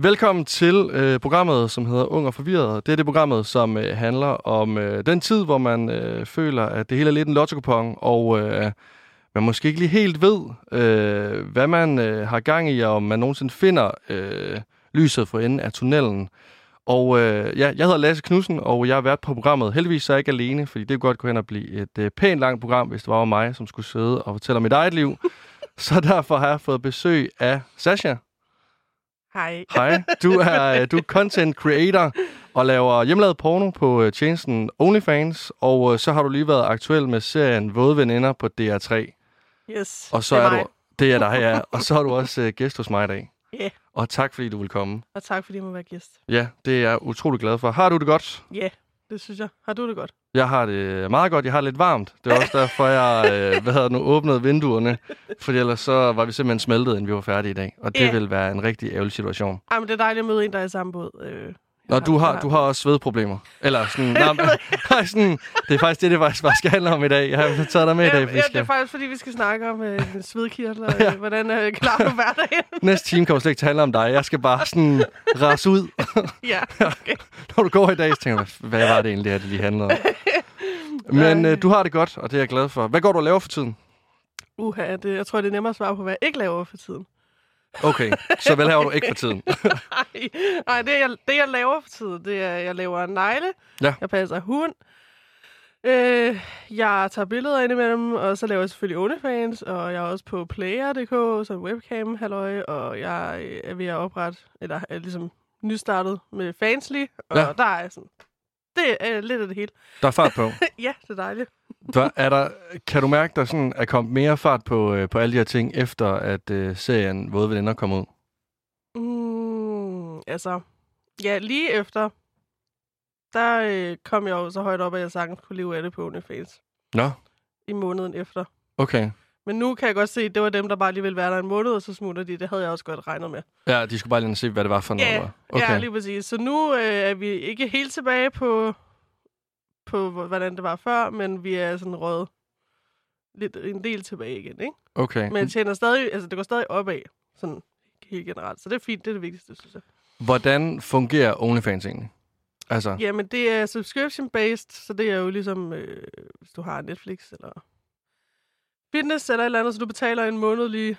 Velkommen til øh, programmet, som hedder Ung og Forvirret. Det er det programmet, som øh, handler om øh, den tid, hvor man øh, føler, at det hele er lidt en lotto og øh, man måske ikke lige helt ved, øh, hvad man øh, har gang i, og om man nogensinde finder øh, lyset for enden af tunnelen. Og øh, ja, jeg hedder Lasse Knudsen, og jeg har været på programmet. Heldigvis er jeg ikke alene, fordi det kunne godt gå hen og blive et øh, pænt langt program, hvis det var mig, som skulle sidde og fortælle om mit eget liv. Så derfor har jeg fået besøg af Sasha. Hej. Hej, du er, øh, du er content creator og laver hjemmelavet porno på øh, tjenesten OnlyFans, og øh, så har du lige været aktuel med serien Våde Veninder på DR3. Yes, Og så det er, er du, mig. det er dig, ja. Og så er du også øh, gæst hos mig i dag. Ja. Og tak, fordi du vil komme. Og tak, fordi jeg må være gæst. Ja, det er jeg utrolig glad for. Har du det godt? Ja, det synes jeg. Har du det godt? Jeg har det øh, meget godt. Jeg har det lidt varmt. Det var også derfor, jeg øh, hvad hedder det nu, åbnede vinduerne. For ellers så var vi simpelthen smeltet, inden vi var færdige i dag. Og det Ja. ville være en rigtig ærgerlig situation. Ej, men det er dejligt at møde en, der er i samme båd. Øh, Nå, du har, du har også svedproblemer. Eller sådan, nej, men- nej, sådan, det er faktisk det, det faktisk bare skal handle om i dag. Jeg har taget dig med i dag, ja, fordi ja, vi det er skal... faktisk, fordi vi skal snakke om øh, dine svedkirtler. Øh, hvordan øh, klarer du hverdagen? Næste time kommer slet ikke til at handle om dig. Jeg skal bare sådan rase ud. ja, okay. Når du går i dag, så tænker du, hvad var det egentlig, at det lige handlede om? Men øh, du har det godt, og det er jeg glad for. Hvad går du og laver for tiden? Uha, det, jeg tror, det er nemmere at svare på, hvad jeg ikke laver for tiden. Okay, så hvad laver du ikke for tiden? Ej, ej det, jeg, det, jeg laver for tiden, det er, jeg laver negle. Ja. Jeg passer hund. Øh, jeg tager billeder indimellem, og så laver jeg selvfølgelig OnlyFans, og jeg er også på player.dk, som webcam halløj, og jeg øh, er ved at oprette, eller er ligesom nystartet med Fansly, og Ja. ja. der er sådan, det er øh, lidt af det hele. Der er fart på. ja, det er dejligt. Der er der, kan du mærke, der sådan er kommet mere fart på, øh, på alle de her ting, efter at øh, serien Våde Veninder kom ud? Mm, altså, ja, lige efter, der øh, kom jeg jo så højt op, at jeg sagtens kunne leve af det på OnlyFans Nå, i måneden efter. okay. Men nu kan jeg godt se, at det var dem, der bare lige ville være der en måned, og så smutter de. Det havde jeg også godt regnet med. Ja, de skulle bare lige ind og se, hvad det var for noget. Ja, det var. Ja, lige præcis. Så nu øh, er vi ikke helt tilbage på, på, hvor- hvordan det var før, men vi er sådan røget lidt en del tilbage igen, ikke? Okay. Men jeg tjener stadig, altså det går stadig opad, sådan helt generelt. Så det er fint, det er det vigtigste, synes jeg. Hvordan fungerer OnlyFans egentlig? Altså, ja. Jamen, det er subscription-based, så det er jo ligesom, øh, hvis du har Netflix eller fitness eller et eller andet, så du betaler en månedlig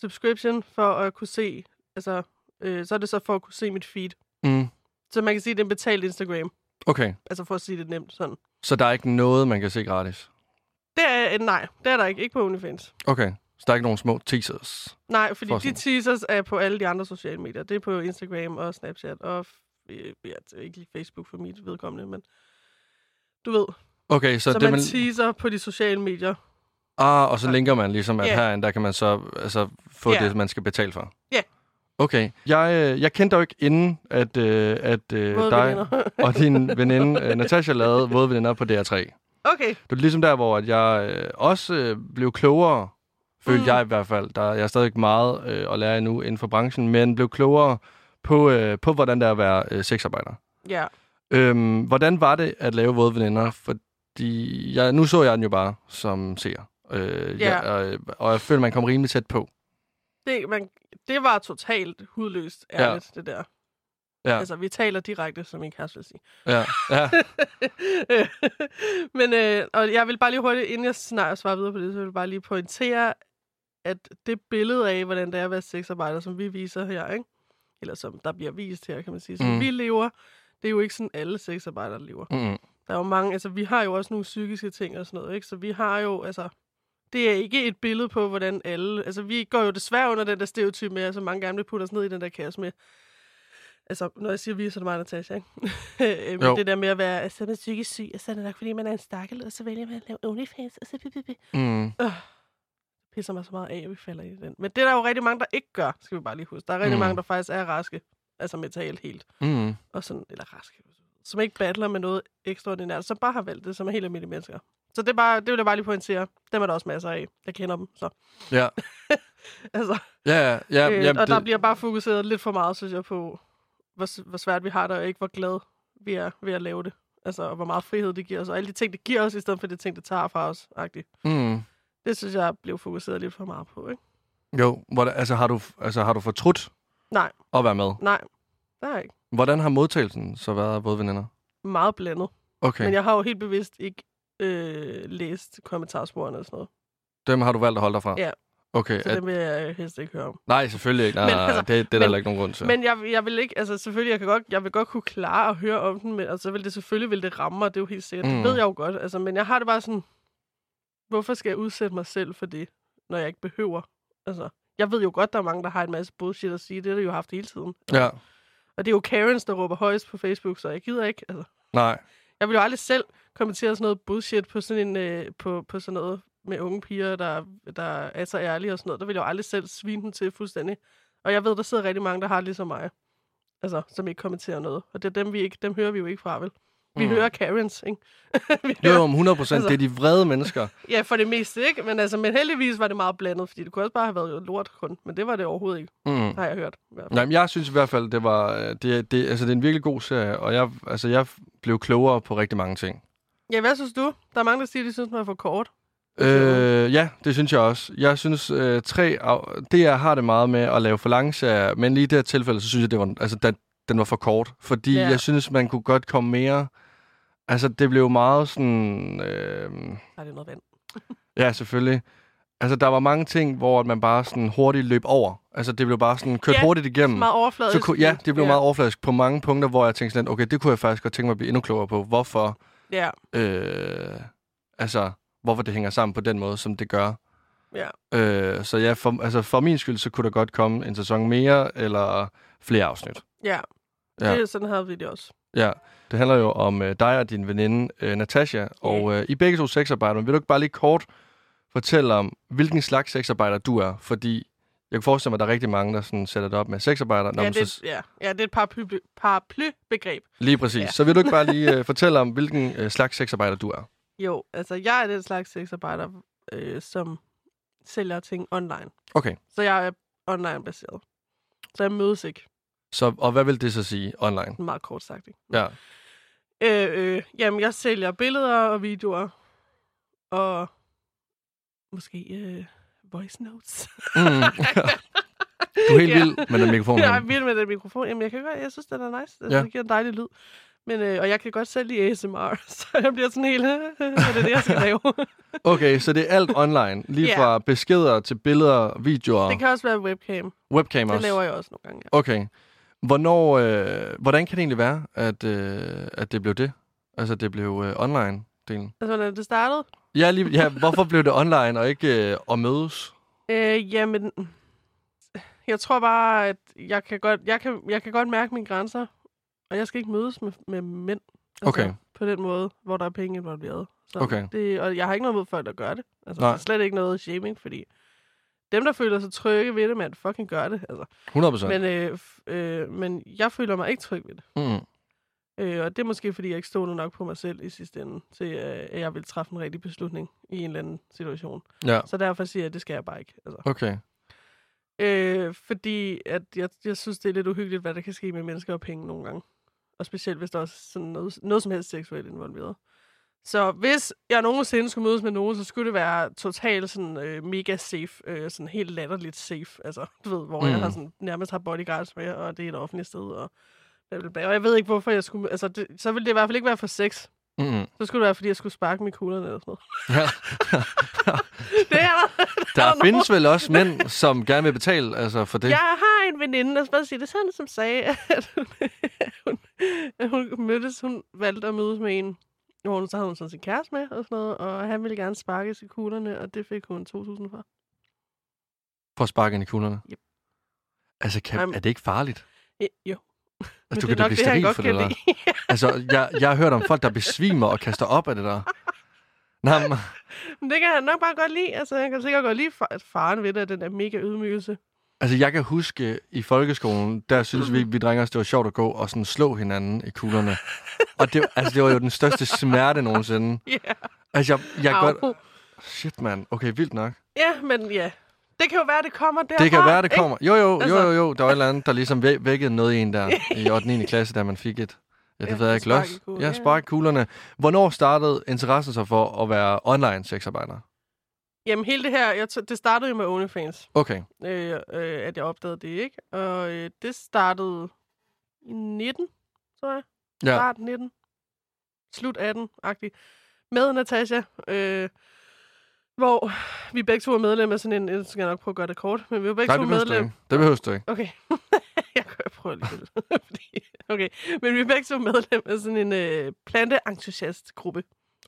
subscription for at kunne se, altså, øh, så er det så for at kunne se mit feed. mm, Så man kan sige, at det er en betalt Instagram, okay. altså for at sige det nemt sådan. Så der er ikke noget, man kan se gratis? Det er, øh, nej, det er der ikke, ikke på OnlyFans. Okay. Så der er ikke nogen små teasers? Nej, fordi For for de sådan- teasers er på alle de andre sociale medier. Det er på Instagram og Snapchat og, f- øh, ja, det er ikke lige Facebook for mit vedkommende, men du ved. Okay, Så, så, så det man man... teaser på de sociale medier. Ah, og så linker man ligesom, at Ja. yeah. herinde, der kan man så altså, få Ja. yeah. det, man skal betale for? Ja. Okay. Jeg, øh, jeg kendte dig jo ikke inden, at, øh, at øh, Våde dig veninder. og din veninde øh, Natasha lavede Våde Veninder på DR3. Okay, Det er ligesom der, hvor at jeg øh, også øh, blev klogere, følte mm. Mm. jeg i hvert fald. Der, jeg er stadig meget øh, at lære endnu inden for branchen, men blev klogere på, øh, på hvordan det er at være øh, sexarbejder. ja. Øhm, hvordan var det at lave våde veninder? Fordi jeg, nu så jeg den jo bare som seer. Øh, Ja. jeg, og, og jeg føler, man kom rimelig tæt på. Det, man, det var totalt hudløst Ja. ærligt, ja. det der. Ja. Altså, vi taler direkte, som min kæreste vil sige. Ja, ja, Men, øh, og jeg vil bare lige hurtigt, inden jeg snart svarer videre på det, så vil jeg bare lige pointere, at det billede af, hvordan det er at være sexarbejder, som vi viser her, ikke? eller som der bliver vist her, kan man sige, som Mm. mm. vi lever, det er jo ikke sådan, alle sexarbejdere lever. mm, Der er jo mange, altså vi har jo også nogle psykiske ting og sådan noget, ikke? Så vi har jo, altså, det er ikke et billede på, hvordan alle, altså vi går jo desværre under den der stereotyp med, altså mange gamle putter os ned i den der kasse med, altså når jeg siger vi, så er det mig og Natasha, ikke? Øh, Jo. Men det der med at være, altså man er psykisk syg, og så er det nok, fordi man er en stakkel, og så vælger man at lave OnlyFans, og så bi, bi, bi. mm. pisser mig så meget af, at vi falder i den. Men det er der jo rigtig mange, der ikke gør, skal vi bare lige huske. Der er rigtig Mm. mange, der faktisk er raske, altså mentalt helt Mm. og sådan, eller raske, som ikke battler med noget ekstraordinært, som bare har valgt det, som er helt almindelige mennesker. Så det, er bare, det vil jeg bare lige pointere. Dem er der også masser af. Jeg kender dem, så. Ja, Altså, ja, ja. ja ja, øh, jamen, og der det- bliver bare fokuseret lidt for meget, synes jeg, på, hvor, s- hvor svært vi har det, og ikke hvor glad vi er ved at lave det. Altså, og hvor meget frihed det giver os, og alle de ting, det giver os, i stedet for de ting, det tager fra os. -agtigt. mm. Det synes jeg blev fokuseret lidt for meget på, ikke? Jo, hvordan, altså, har du, altså har du fortrudt Nej. at være med. Nej, der er ikke. Hvordan har modtagelsen så været af både veninder? Meget blandet. Okay, Okay. Men jeg har jo helt bevidst ikke øh, læst kommentarsporene og sådan noget. dem har du valgt at holde dig fra? Ja. Okay, Så at, dem vil jeg helst ikke høre om. nej, selvfølgelig ikke. Nej, Men men, altså, altså, det, det er der men- heller ikke nogen grund til. Men jeg, jeg vil ikke, altså selvfølgelig, jeg, kan godt, jeg vil godt kunne klare at høre om den, men og så vil det selvfølgelig vil det ramme mig, det er jo helt sikkert. Mm. Mm. Det ved jeg jo godt, altså, men jeg har det bare sådan, hvorfor skal jeg udsætte mig selv for det, når jeg ikke behøver? Altså, jeg ved jo godt, der er mange, der har en masse bullshit at sige, det har de jo haft hele tiden. ja, Og det er jo Karens, der råber højst på Facebook, så jeg gider ikke, altså. nej. Jeg vil jo aldrig selv kommentere sådan noget bullshit på sådan, en, øh, på, på sådan noget med unge piger, der, der er så ærlige og sådan noget. Der vil jeg jo aldrig selv svine dem til fuldstændig. Og jeg ved, der sidder rigtig mange, der har det ligesom mig. Altså, som ikke kommenterer noget. Og det er dem, vi ikke, dem hører vi jo ikke fra, vel? Vi Mm. mm. hører Karens, ikke? vi Jo, jo, om 100 procent. Altså- Det er de vrede mennesker. Ja, for det meste, ikke? Men, altså, men heldigvis var det meget blandet, fordi det kunne også bare have været lort kun. Men det var det overhovedet ikke, Mm. har jeg hørt. i hvert fald. Nej, men jeg synes i hvert fald, det var øh, det, det, altså, det er en virkelig god serie, og jeg, altså, jeg blev klogere på rigtig mange ting. Ja, hvad synes du? Der er mange, der siger, de synes, man er for kort. Øh, ja, det synes jeg også. Jeg synes, øh, tre af, DR har det meget med at lave for lange serier, men lige i det her tilfælde, så synes jeg, det var, altså, den, den var for kort. Fordi Ja. jeg synes, man kunne godt komme mere... Altså, det blev meget sådan... Øh, Nej, det er noget vand. ja, selvfølgelig. Altså, der var mange ting, hvor at man bare sådan hurtigt løb over. Altså, det blev bare sådan kørt Ja, hurtigt igennem. Meget overfladisk. Øhm, Så kunne, ja, det blev meget overfladisk på mange punkter, hvor jeg tænkte sådan, lidt, okay, det kunne jeg faktisk godt tænke mig at blive endnu klogere på. Hvorfor Ja, øh, altså, hvorfor det hænger sammen på den måde, som det gør. Ja. Øh, så ja, for, altså, for min skyld, så kunne der godt komme en sæson mere, eller flere afsnit. ja. Ja. ja. Det, sådan havde vi det også. Ja, det handler jo om øh, dig og din veninde, øh, Natasha, og øh, I er begge to sexarbejdere, men vil du ikke bare lige kort fortælle om, hvilken slags sexarbejder du er? Fordi jeg kan forestille mig, at der er rigtig mange, der sådan sætter det op med sexarbejder. Nå, ja, men det, så, ja. ja, det er et paraply, paraplybegreb. lige præcis. ja. Så vil du ikke bare lige øh, fortælle om, hvilken øh, slags sexarbejder du er? Jo, altså jeg er den slags sexarbejder, øh, som sælger ting online. Okay. Så jeg er online-baseret. Så jeg mødes ikke, Så, og hvad vil det så sige online? meget kort sagt. Ikke? Ja. Øh, øh, jamen, jeg sælger billeder og videoer. Og måske øh, voice notes. Mm. Du er helt Ja. vild med den mikrofon. Jeg Ja, er vild med den mikrofon. Jamen, jeg, kan godt, jeg synes, den er nice. Altså, Ja. ja. Det giver en dejlig lyd. Men, øh, og jeg kan godt selv lide ASMR, så jeg bliver sådan helt... er det det, jeg skal lave? Okay, så det er alt online. Lige Ja. fra beskeder til billeder, videoer, det kan også være webcam. webcam Det også. laver jeg også nogle gange, ja. Okay. Hvornår, øh, hvordan kan det egentlig være, at, øh, at det blev det? Altså, det blev øh, online-delen. Altså, hvordan det startede? Ja, lige, ja, hvorfor blev det online og ikke øh, at mødes? Øh, jamen, jeg tror bare, at jeg kan, godt, jeg, kan, jeg kan godt mærke mine grænser, og jeg skal ikke mødes med, med mænd. altså, Okay. På den måde, hvor der er penge involveret. Så Okay. Det, og jeg har ikke noget mod folk, der gør det. Altså, Nej. Der er slet ikke noget shaming, fordi dem, der føler sig trygge ved det, man fucking gør det. Altså. 100 procent. Men, øh, f- øh, men jeg føler mig ikke tryg ved det. Mm. Øh, og det er måske, fordi jeg ikke stod nok på mig selv i sidste ende, til øh, at jeg vil træffe en rigtig beslutning i en eller anden situation. Ja, Så derfor siger jeg, at det skal jeg bare ikke. Altså. okay. Øh, fordi at jeg, jeg synes, det er lidt uhyggeligt, hvad der kan ske med mennesker og penge nogle gange. Og specielt, hvis der også er sådan noget, noget som helst seksuelt involveret. Så hvis jeg nogensinde skulle mødes med nogen, så skulle det være totalt sådan øh, mega safe. Øh, sådan helt latterligt safe. Altså, du ved, hvor mm. jeg Mm. har sådan, nærmest har bodyguards med, og det er et offentligt sted. Og, bla, bla, bla. og jeg ved ikke, hvorfor jeg skulle... Altså, det, så ville det i hvert fald ikke være for sex. Mm. Så skulle det være, fordi jeg skulle sparke med kuglerne eller sådan noget. Ja. det er der. Der Nå. findes vel også mænd, som gerne vil betale altså, for det. Jeg har en veninde, lad os bare sige det sådan, som sagde, at hun, hun, at hun mødtes, hun valgte at mødes med en, hvor hun så havde hun sådan sin kæreste med og sådan noget, og han ville gerne sparkes i kuglerne, og det fik hun 2.000 for. For at sparke ind i kuglerne. Yep. Altså, kan, Jamen. er det ikke farligt? Ja, jo. Altså, du kan da blive steril for det, eller? lide. Altså, jeg, jeg har hørt om folk, der besvimer og kaster op af det der. Nej, men- Men det kan han nok bare godt lide. Altså, han kan sikkert godt lide fa- at faren ved det, at den der mega ydmygelse. altså, jeg kan huske, i folkeskolen, der synes vi, vi drenge, også, det var sjovt at gå og sådan slå hinanden i kuglerne. Og det, altså, det var jo den største smerte nogensinde. Ja, yeah. Altså, jeg, jeg kan godt... Shit, mand. Okay, vildt nok. Ja, men ja. Det kan jo være, det kommer derfra. Det kan være, det kommer. Jo, jo, jo, Altså- jo, jo. Der var et eller andet, der ligesom væ- vækkede noget i en der i 8. 9. klasse, da man fik et... Ja, det Ja, ved jeg et ikke. spark Los. i kuglen, Ja, ja. spark i kuglerne. Hvornår startede interessen så for at være online sexarbejder? ikke? Jamen hele det her, jeg t- det startede jo med OnlyFans, Okay. øh, øh, at jeg opdagede det, ikke? Og øh, det startede i 19, tror jeg. Ja. Start 19. Slut 18-agtigt. Med Natasha, øh, hvor vi begge to er medlem af sådan en... Jeg skal nok prøve at gøre det kort, men vi var begge Nej, to det behøver du medlem ikke. Det behøver du ikke. Okay. jeg kan jeg prøver lige lidt. Fordi- okay. Men vi er begge to medlem af sådan en øh, planteentusiastgruppe,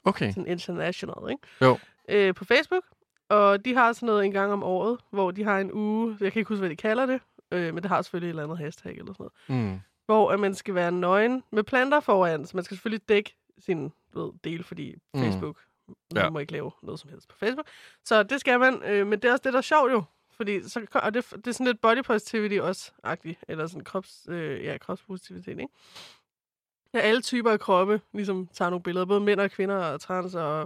Okay. sådan international, ikke? Jo. Øh, på Facebook. Og de har sådan noget en gang om året, hvor de har en uge, jeg kan ikke huske, hvad de kalder det, øh, men det har selvfølgelig et eller andet hashtag eller sådan noget, Mm. hvor at man skal være nøgen med planter foran, så man skal selvfølgelig dække sin du ved, del, fordi Mm. Facebook, mm. man Ja. må ikke lave noget som helst på Facebook. Så det skal man, øh, men det er også det, der er sjovt jo, fordi så, og det, det er sådan lidt body positivity også-agtigt, eller sådan krops, øh, ja, kropspositivitet, ikke? Ja, alle typer af kroppe ligesom tager nogle billeder, både mænd og kvinder og trans og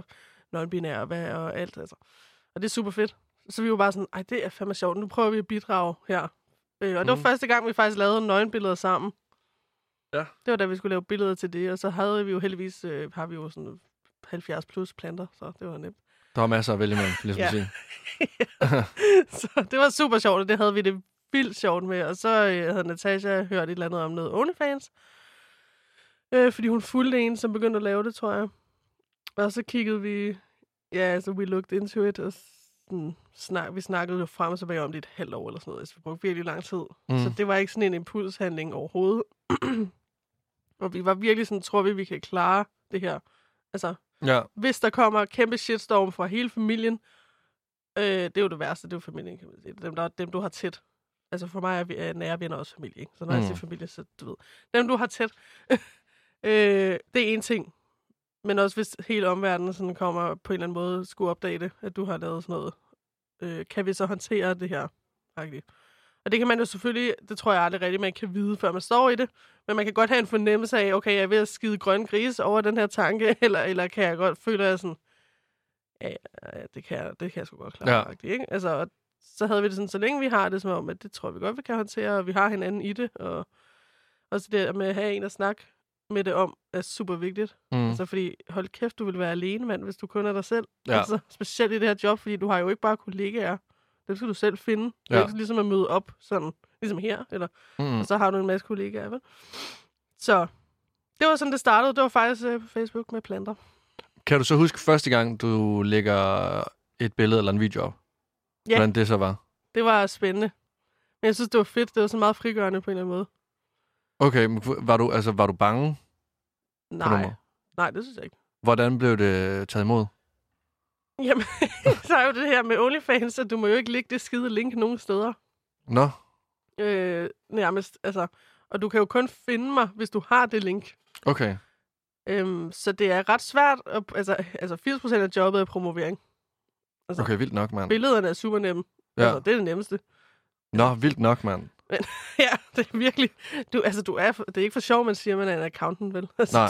non-binære og, hvad, og alt, altså. Og det er super fedt. Så vi var bare sådan, ej, det er fandme sjovt, nu prøver vi at bidrage her. Øh, og det var Mm. første gang, vi faktisk lavede nøgenbilleder sammen. Ja. Det var da, vi skulle lave billeder til det, og så havde vi jo heldigvis, øh, har vi jo sådan 70 plus planter, så det var nemt. Der er masser at vælge imellem, ligesom Ja. ja. sige. så det var super sjovt, og det havde vi det vildt sjovt med. Og så øh, havde Natasha hørt et eller andet om noget OnlyFans, øh, fordi hun fulgte en, som begyndte at lave det, tror jeg. Og så kiggede vi, ja, altså we looked into it, og sådan, snak, vi snakkede jo frem og tilbage om det i et halvt år eller sådan noget, så vi brugte virkelig lang tid. Mm. Så Mm. det var ikke sådan en impulshandling overhovedet. og vi var virkelig sådan, tror vi, vi kan klare det her. Altså, Mm. Ja. hvis der kommer kæmpe shitstorm fra hele familien, øh, det er jo det værste, det er jo familien, kan man sige. Dem, der, dem du har tæt. Altså for mig er, vi, er nære venner også familie, ikke? Så når mm. Mm. jeg siger familie, så du ved. Dem du har tæt, øh, det er en ting. Men også hvis hele omverdenen sådan kommer på en eller anden måde, skulle opdage det, at du har lavet sådan noget. Øh, kan vi så håndtere det her? Faktisk. Og det kan man jo selvfølgelig, det tror jeg aldrig rigtigt, man kan vide, før man står i det. Men man kan godt have en fornemmelse af, okay, jeg er ved at skide grøn gris over den her tanke, eller, eller kan jeg godt, føler jeg sådan, ja, ja, ja, det kan jeg, det kan jeg sgu godt klare, Ja. ja. ikke? Altså, og så havde vi det sådan, så længe vi har det som om, at det tror vi godt, vi kan håndtere, og vi har hinanden i det, og også det der med at have en at snakke med det om, er super vigtigt. Mm. Mm. Altså, fordi hold kæft, du vil være alene, mand, hvis du kun er dig selv. Ja. Altså, specielt i det her job, fordi du har jo ikke bare kollegaer. Dem skal du selv finde. Det er Ja. ikke ligesom at møde op, sådan, ligesom her, eller Mm. og så har du en masse kollegaer, vel? Så det var sådan, det startede. Det var faktisk øh, på Facebook med planter. Kan du så huske første gang, du lægger et billede eller en video op? Ja. Hvordan det så var? Det var spændende. Men jeg synes, det var fedt. Det var så meget frigørende på en eller anden måde. Okay, men var du, altså, var du bange på Nej, nummer? nej det synes jeg ikke. Hvordan blev det taget imod? Jamen, så er jo det her med OnlyFans, at du må jo ikke lægge det skide link nogen steder. Nå, Øh, nærmest, altså. Og du kan jo kun finde mig, hvis du har det link. okay. Øhm, så det er ret svært. At, altså, altså 80% af jobbet er promovering. Så. Okay, vildt nok, mand. Billederne er super nemme. Ja. Ja. Altså, det er det nemmeste. Nå, vildt nok, mand. ja, det er virkelig... Du, altså, du er, det er ikke for sjov, man siger, man er en accountant, vel? Altså, Nej.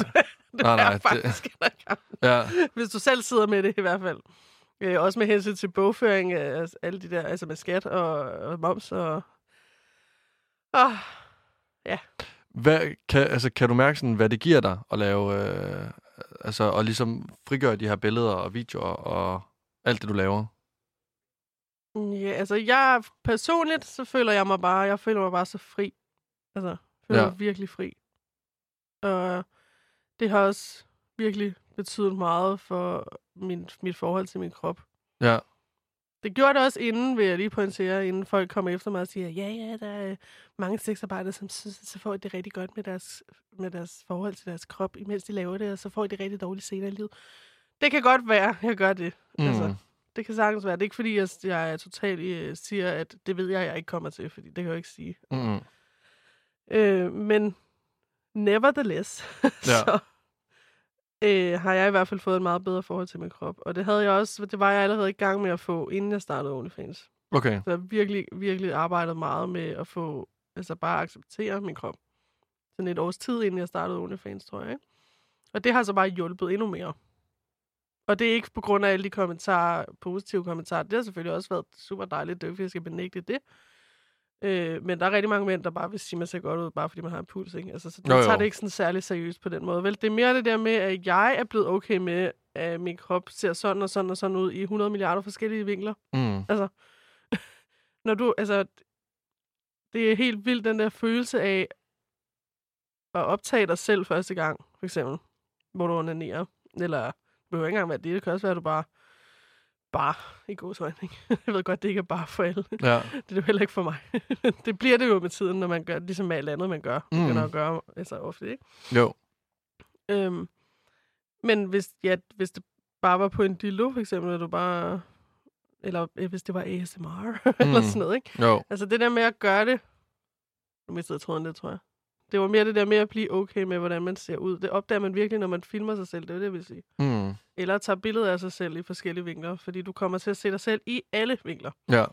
Du, du Nej, nej, er det- faktisk det... en accountant. Ja, Hvis du selv sidder med det i hvert fald. Øh, også med hensyn til bogføring af alle de der... Altså med skat og, og moms og... og Hvad, kan, altså, kan du mærke, sådan, hvad det giver dig at lave, øh, altså, og ligesom frigøre de her billeder og videoer og alt det, du laver? Ja, altså jeg personligt, så føler jeg mig bare, jeg føler mig bare så fri. Altså, jeg føler Ja. mig virkelig fri. Og det har også virkelig betydet meget for min, mit forhold til min krop. Ja. Det gjorde det også inden, vil jeg lige pointere, inden folk kommer efter mig og siger, ja, ja, der er mange sexarbejdere, som synes, at så får de det rigtig godt med deres, med deres forhold til deres krop, imens de laver det, og så får de det rigtig dårligt senere i livet. Det kan godt være, jeg gør det. Mm. Altså, det kan sagtens være. Det er ikke fordi, jeg, jeg er totalt øh, siger, at det ved jeg, jeg ikke kommer til, fordi det kan jeg jo ikke sige. Mm. Øh, men nevertheless, ja. så øh, har jeg i hvert fald fået et meget bedre forhold til min krop. Og det havde jeg også, det var jeg allerede i gang med at få, inden jeg startede OnlyFans. Så Okay, jeg har virkelig, virkelig arbejdet meget med at få, altså bare acceptere min krop. Sådan et års tid, inden jeg startede OnlyFans, tror jeg. Ikke? Og det har så bare hjulpet endnu mere. Og det er ikke på grund af alle de kommentarer, positive kommentarer. Det har selvfølgelig også været super dejligt. Det er jo ikke, fordi jeg skal benægte det. Øh, men der er rigtig mange mænd, der bare vil sige, at man ser godt ud, bare fordi man har en puls. Ikke? Altså, så de Jo, jo. tager det ikke sådan særlig seriøst på den måde. Vel, det er mere det der med, at jeg er blevet okay med at min krop ser sådan og sådan og sådan ud i 100 milliarder forskellige vinkler. Mm. Når du, altså, det er helt vildt, den der følelse af at optage dig selv første gang, for eksempel, hvor du onanerer. Eller det behøver ikke engang være det, det kan også være, at du bare, bare i god øjne. Jeg ved godt, det ikke er bare for alle. Ja. Det er det jo heller ikke for mig. det bliver det jo med tiden, når man gør, ligesom med alt andet, man gør. Mm. Mm. Begynder at gøre altså, ofte, ikke? Jo. Øhm, men hvis, ja, hvis det bare var på en dildo, for eksempel, og du bare... Eller øh, hvis det var ASMR, eller Mm. sådan noget, ikke? Jo. Altså det der med at gøre det... Nu mistede jeg tråden lidt, tror jeg. Det var mere det der med at blive okay med, hvordan man ser ud. Det opdager man virkelig, når man filmer sig selv, det er det, jeg vil sige. Mm. Eller tager billeder af sig selv i forskellige vinkler, fordi du kommer til at se dig selv i alle vinkler. Ja.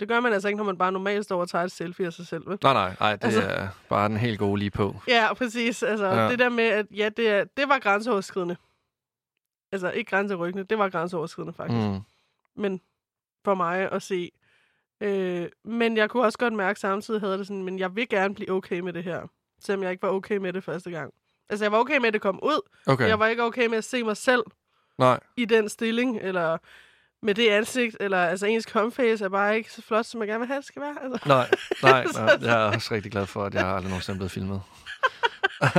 Det gør man altså ikke, når man bare normalt står og tager et selfie af sig selv, vel? Nej, nej, nej, det altså... Altså- er bare den helt gode lige på. Ja, præcis. Altså, Ja. ja. det der med, at ja, det, er, det var grænseoverskridende. Altså, ikke grænserykkende, det var grænseoverskridende faktisk. Mm. Mm. Men for mig at se. Øh, men jeg kunne også godt mærke samtidig, havde jeg det sådan, men jeg vil gerne blive okay med det her. Selvom jeg ikke var okay med det første gang. Altså, jeg var okay med, at det kom ud. Okay, Okay. Jeg var ikke okay med at se mig selv nej. i den stilling, eller med det ansigt, eller altså ens comface er bare ikke så flot, som jeg gerne vil have, det skal være. Altså. Nej, nej, nej. Jeg er også rigtig glad for, at jeg aldrig nogensinde er blevet filmet. det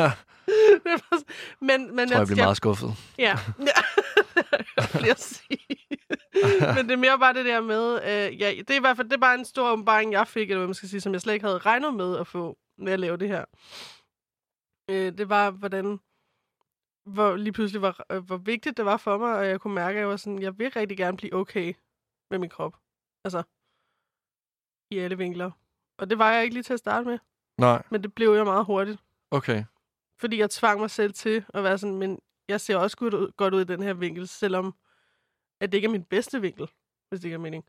var så- men, men Jeg tror, jeg bliver meget skuffet. Ja. ja. jeg sige. Men det er mere bare det der med, øh, ja, det er i hvert fald det er bare en stor åbenbaring, jeg fik, eller hvad man skal sige, som jeg slet ikke havde regnet med at få, med at lave det her. Øh, det var, hvordan, hvor lige pludselig, var, øh, hvor vigtigt det var for mig, og jeg kunne mærke, at jeg var sådan, jeg vil rigtig gerne blive okay med min krop. Altså, i alle vinkler. Og det var jeg ikke lige til at starte med, Nej, men det blev jeg meget hurtigt okay. fordi jeg tvang mig selv til at være sådan, men jeg ser også godt ud, godt ud i den her vinkel, selvom at det ikke er min bedste vinkel, hvis det ikke er mening.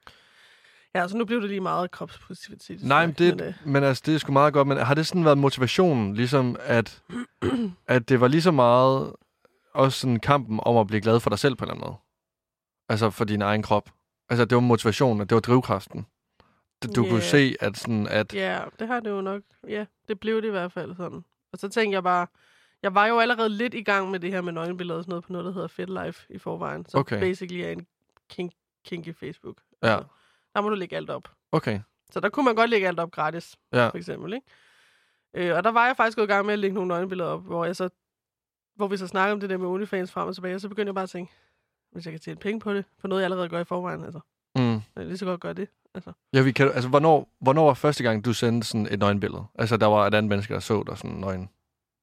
Ja, så nu blev det lige meget kropspositivitet. Nej, men Men, øh, det, men altså, det er sgu meget godt, men har det sådan været motivationen, ligesom at, at det var lige så meget også sådan kampen om at blive glad for dig selv på en eller anden måde? Altså for din egen krop. Altså det var motivationen, og det var drivkraften. Du yeah. kunne Ja. se, at sådan, at... ja, det har det jo nok. Ja, det blev det i hvert fald sådan. Og så tænkte jeg bare, jeg var jo allerede lidt i gang med det her med nøgenbilleder og sådan noget på noget, der hedder Fit Life i forvejen. Så Okay. okay. basically er en kink, kinky Facebook. Altså, Ja, Der må du lægge alt op. okay. Så der kunne man godt lægge alt op gratis, Ja. ja. for eksempel. Ikke? Øh, og der var jeg faktisk gået i gang med at lægge nogle nøgenbilleder op, hvor, jeg så, hvor vi så snakkede om det der med OnlyFans frem og tilbage, og så begyndte jeg bare at tænke, hvis jeg kan tjene penge på det, på noget, jeg allerede gør i forvejen, altså, Mm. så kan jeg lige så godt gøre det. Altså. Ja, vi kan, altså, hvornår, hvornår var første gang, du sendte sådan et nøgenbillede? Altså, der var et andet menneske, der så dig sådan nøgen.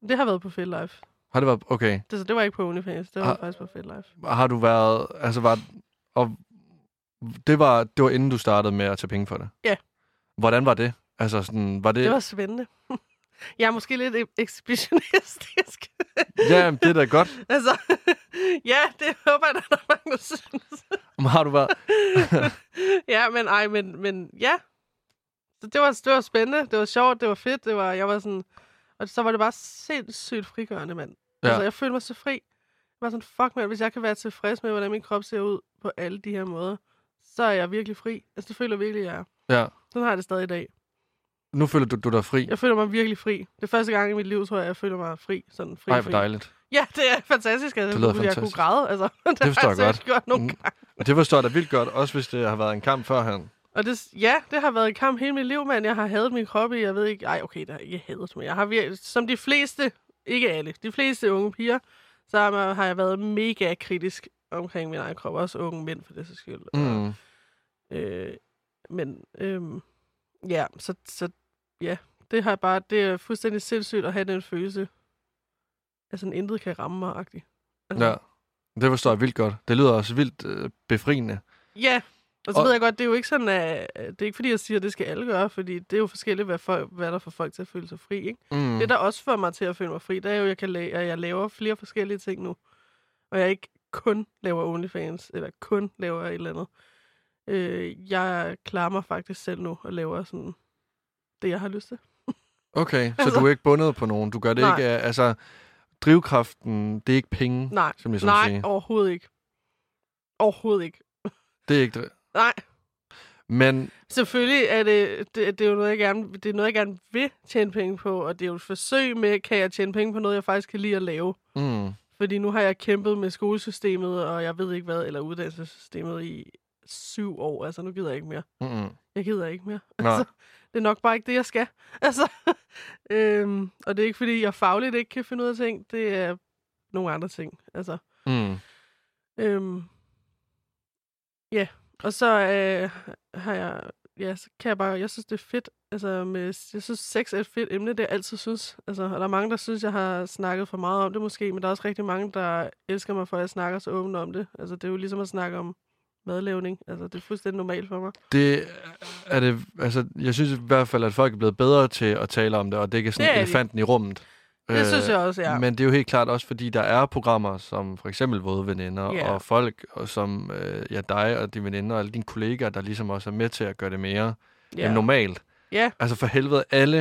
Det har været på Fit Life. Har det været... Okay. Det, så det var ikke på OnlyFans, det var Ah. ah. faktisk på Fit Life. Har du været... Altså, var... Og det var, det var inden du startede med at tage penge for det? Ja. Hvordan var det? Altså, sådan, var det... Det var spændende. jeg er måske lidt e- exhibitionistisk. Ja, men det er da godt. altså, ja, det håber jeg, der er mange, der synes. Men har du været... ja, men ej, men, men ja. Så det var, det var spændende, det var sjovt, det var fedt, det var, jeg var sådan... Og så var det bare sindssygt frigørende, mand. Ja. Ja. Altså, jeg følte mig så fri. Jeg var sådan, fuck mand, hvis jeg kan være tilfreds med, hvordan min krop ser ud på alle de her måder, så er jeg virkelig fri. Altså, det føler jeg virkelig, jeg er. Ja. Sådan har jeg det stadig i dag. Nu føler du, du dig fri. Jeg føler mig virkelig fri. Det er første gang i mit liv, tror jeg, jeg føler mig fri. Sådan fri, Nej, hvor fri. dejligt. Ja, det er fantastisk. Altså, Det lyder jeg kunne- fantastisk. Jeg kunne græde, altså. Det, forstår har jeg seriøst Gjort nogle Mm. Og det forstår jeg da vildt godt, også hvis det har været en kamp førhen. Og det, ja, det har været en kamp hele mit liv, mand. Jeg har hadet min krop i, jeg ved ikke... Ej, okay, det har jeg ikke hadet, men jeg har virkelig... Som de fleste, ikke alle, de fleste unge piger, så har man- har jeg været mega kritisk omkring min egen krop. Også unge mænd, for det så skyld. Mm. Øh, men, øhm, ja, så, så ja, det har bare... Det er fuldstændig sindssygt at have den følelse. Altså, sådan, intet kan ramme mig-agtigt. Altså, Ja. Det forstår jeg vildt godt. Det lyder også vildt øh, befriende. Ja, og så Og- og... ved jeg godt, det er jo ikke sådan, at det er ikke fordi, jeg siger, at det skal alle gøre, fordi det er jo forskelligt, hvad, folk, hvad der får folk til at føle sig fri. Ikke? Mm. Mm. Det, der også får mig til at føle mig fri, det er jo, at jeg, kan la- at jeg laver flere forskellige ting nu. Og jeg ikke kun laver OnlyFans, eller kun laver et eller andet. Øh, jeg klarer mig faktisk selv nu og laver sådan det, jeg har lyst til. Okay, så Altså- du er ikke bundet på nogen. Du gør det Nej. ikke af... Altså, drivkraften, det er ikke penge. Nej, Skal man ligesom nej, sige. overhovedet ikke. Overhovedet ikke. Det er ikke det. Nej, Men Selvfølgelig er det, det, det er jo noget, jeg gerne, det er noget, jeg gerne vil tjene penge på, og det er jo et forsøg med, kan jeg tjene penge på noget, jeg faktisk kan lide at lave. mm, Fordi nu har jeg kæmpet med skolesystemet, og jeg ved ikke hvad, eller uddannelsessystemet i syv år. Altså, nu gider jeg ikke mere. Mm-hmm. Jeg gider ikke mere. Nej. Altså, det er nok bare ikke det, jeg skal. Altså, øhm, og det er ikke, fordi jeg fagligt ikke kan finde ud af ting. Det er nogle andre ting. Altså, Mm. Øhm, ja, og så øh, har jeg, ja, så kan jeg bare, jeg synes det er fedt, altså med, jeg synes sex er et fedt emne, det har jeg altid synes, altså, og der er mange, der synes, jeg har snakket for meget om det måske, men der er også rigtig mange, der elsker mig, for at jeg snakker så åbent om det, altså det er jo ligesom at snakke om madlavning, altså det er fuldstændig normalt for mig. Det er det, altså, jeg synes i hvert fald, at folk er blevet bedre til at tale om det, og det ikke er sådan Det det er er de. elefanten i rummet. Det øh, synes jeg også, ja. Ja. Men det er jo helt klart også, fordi der er programmer som for eksempel Våde Veninder Ja. og folk og som øh, ja, dig og dine veninder og alle dine kolleger, der ligesom også er med til at gøre det mere ja. end ja. normalt. Ja. Altså for helvede, alle...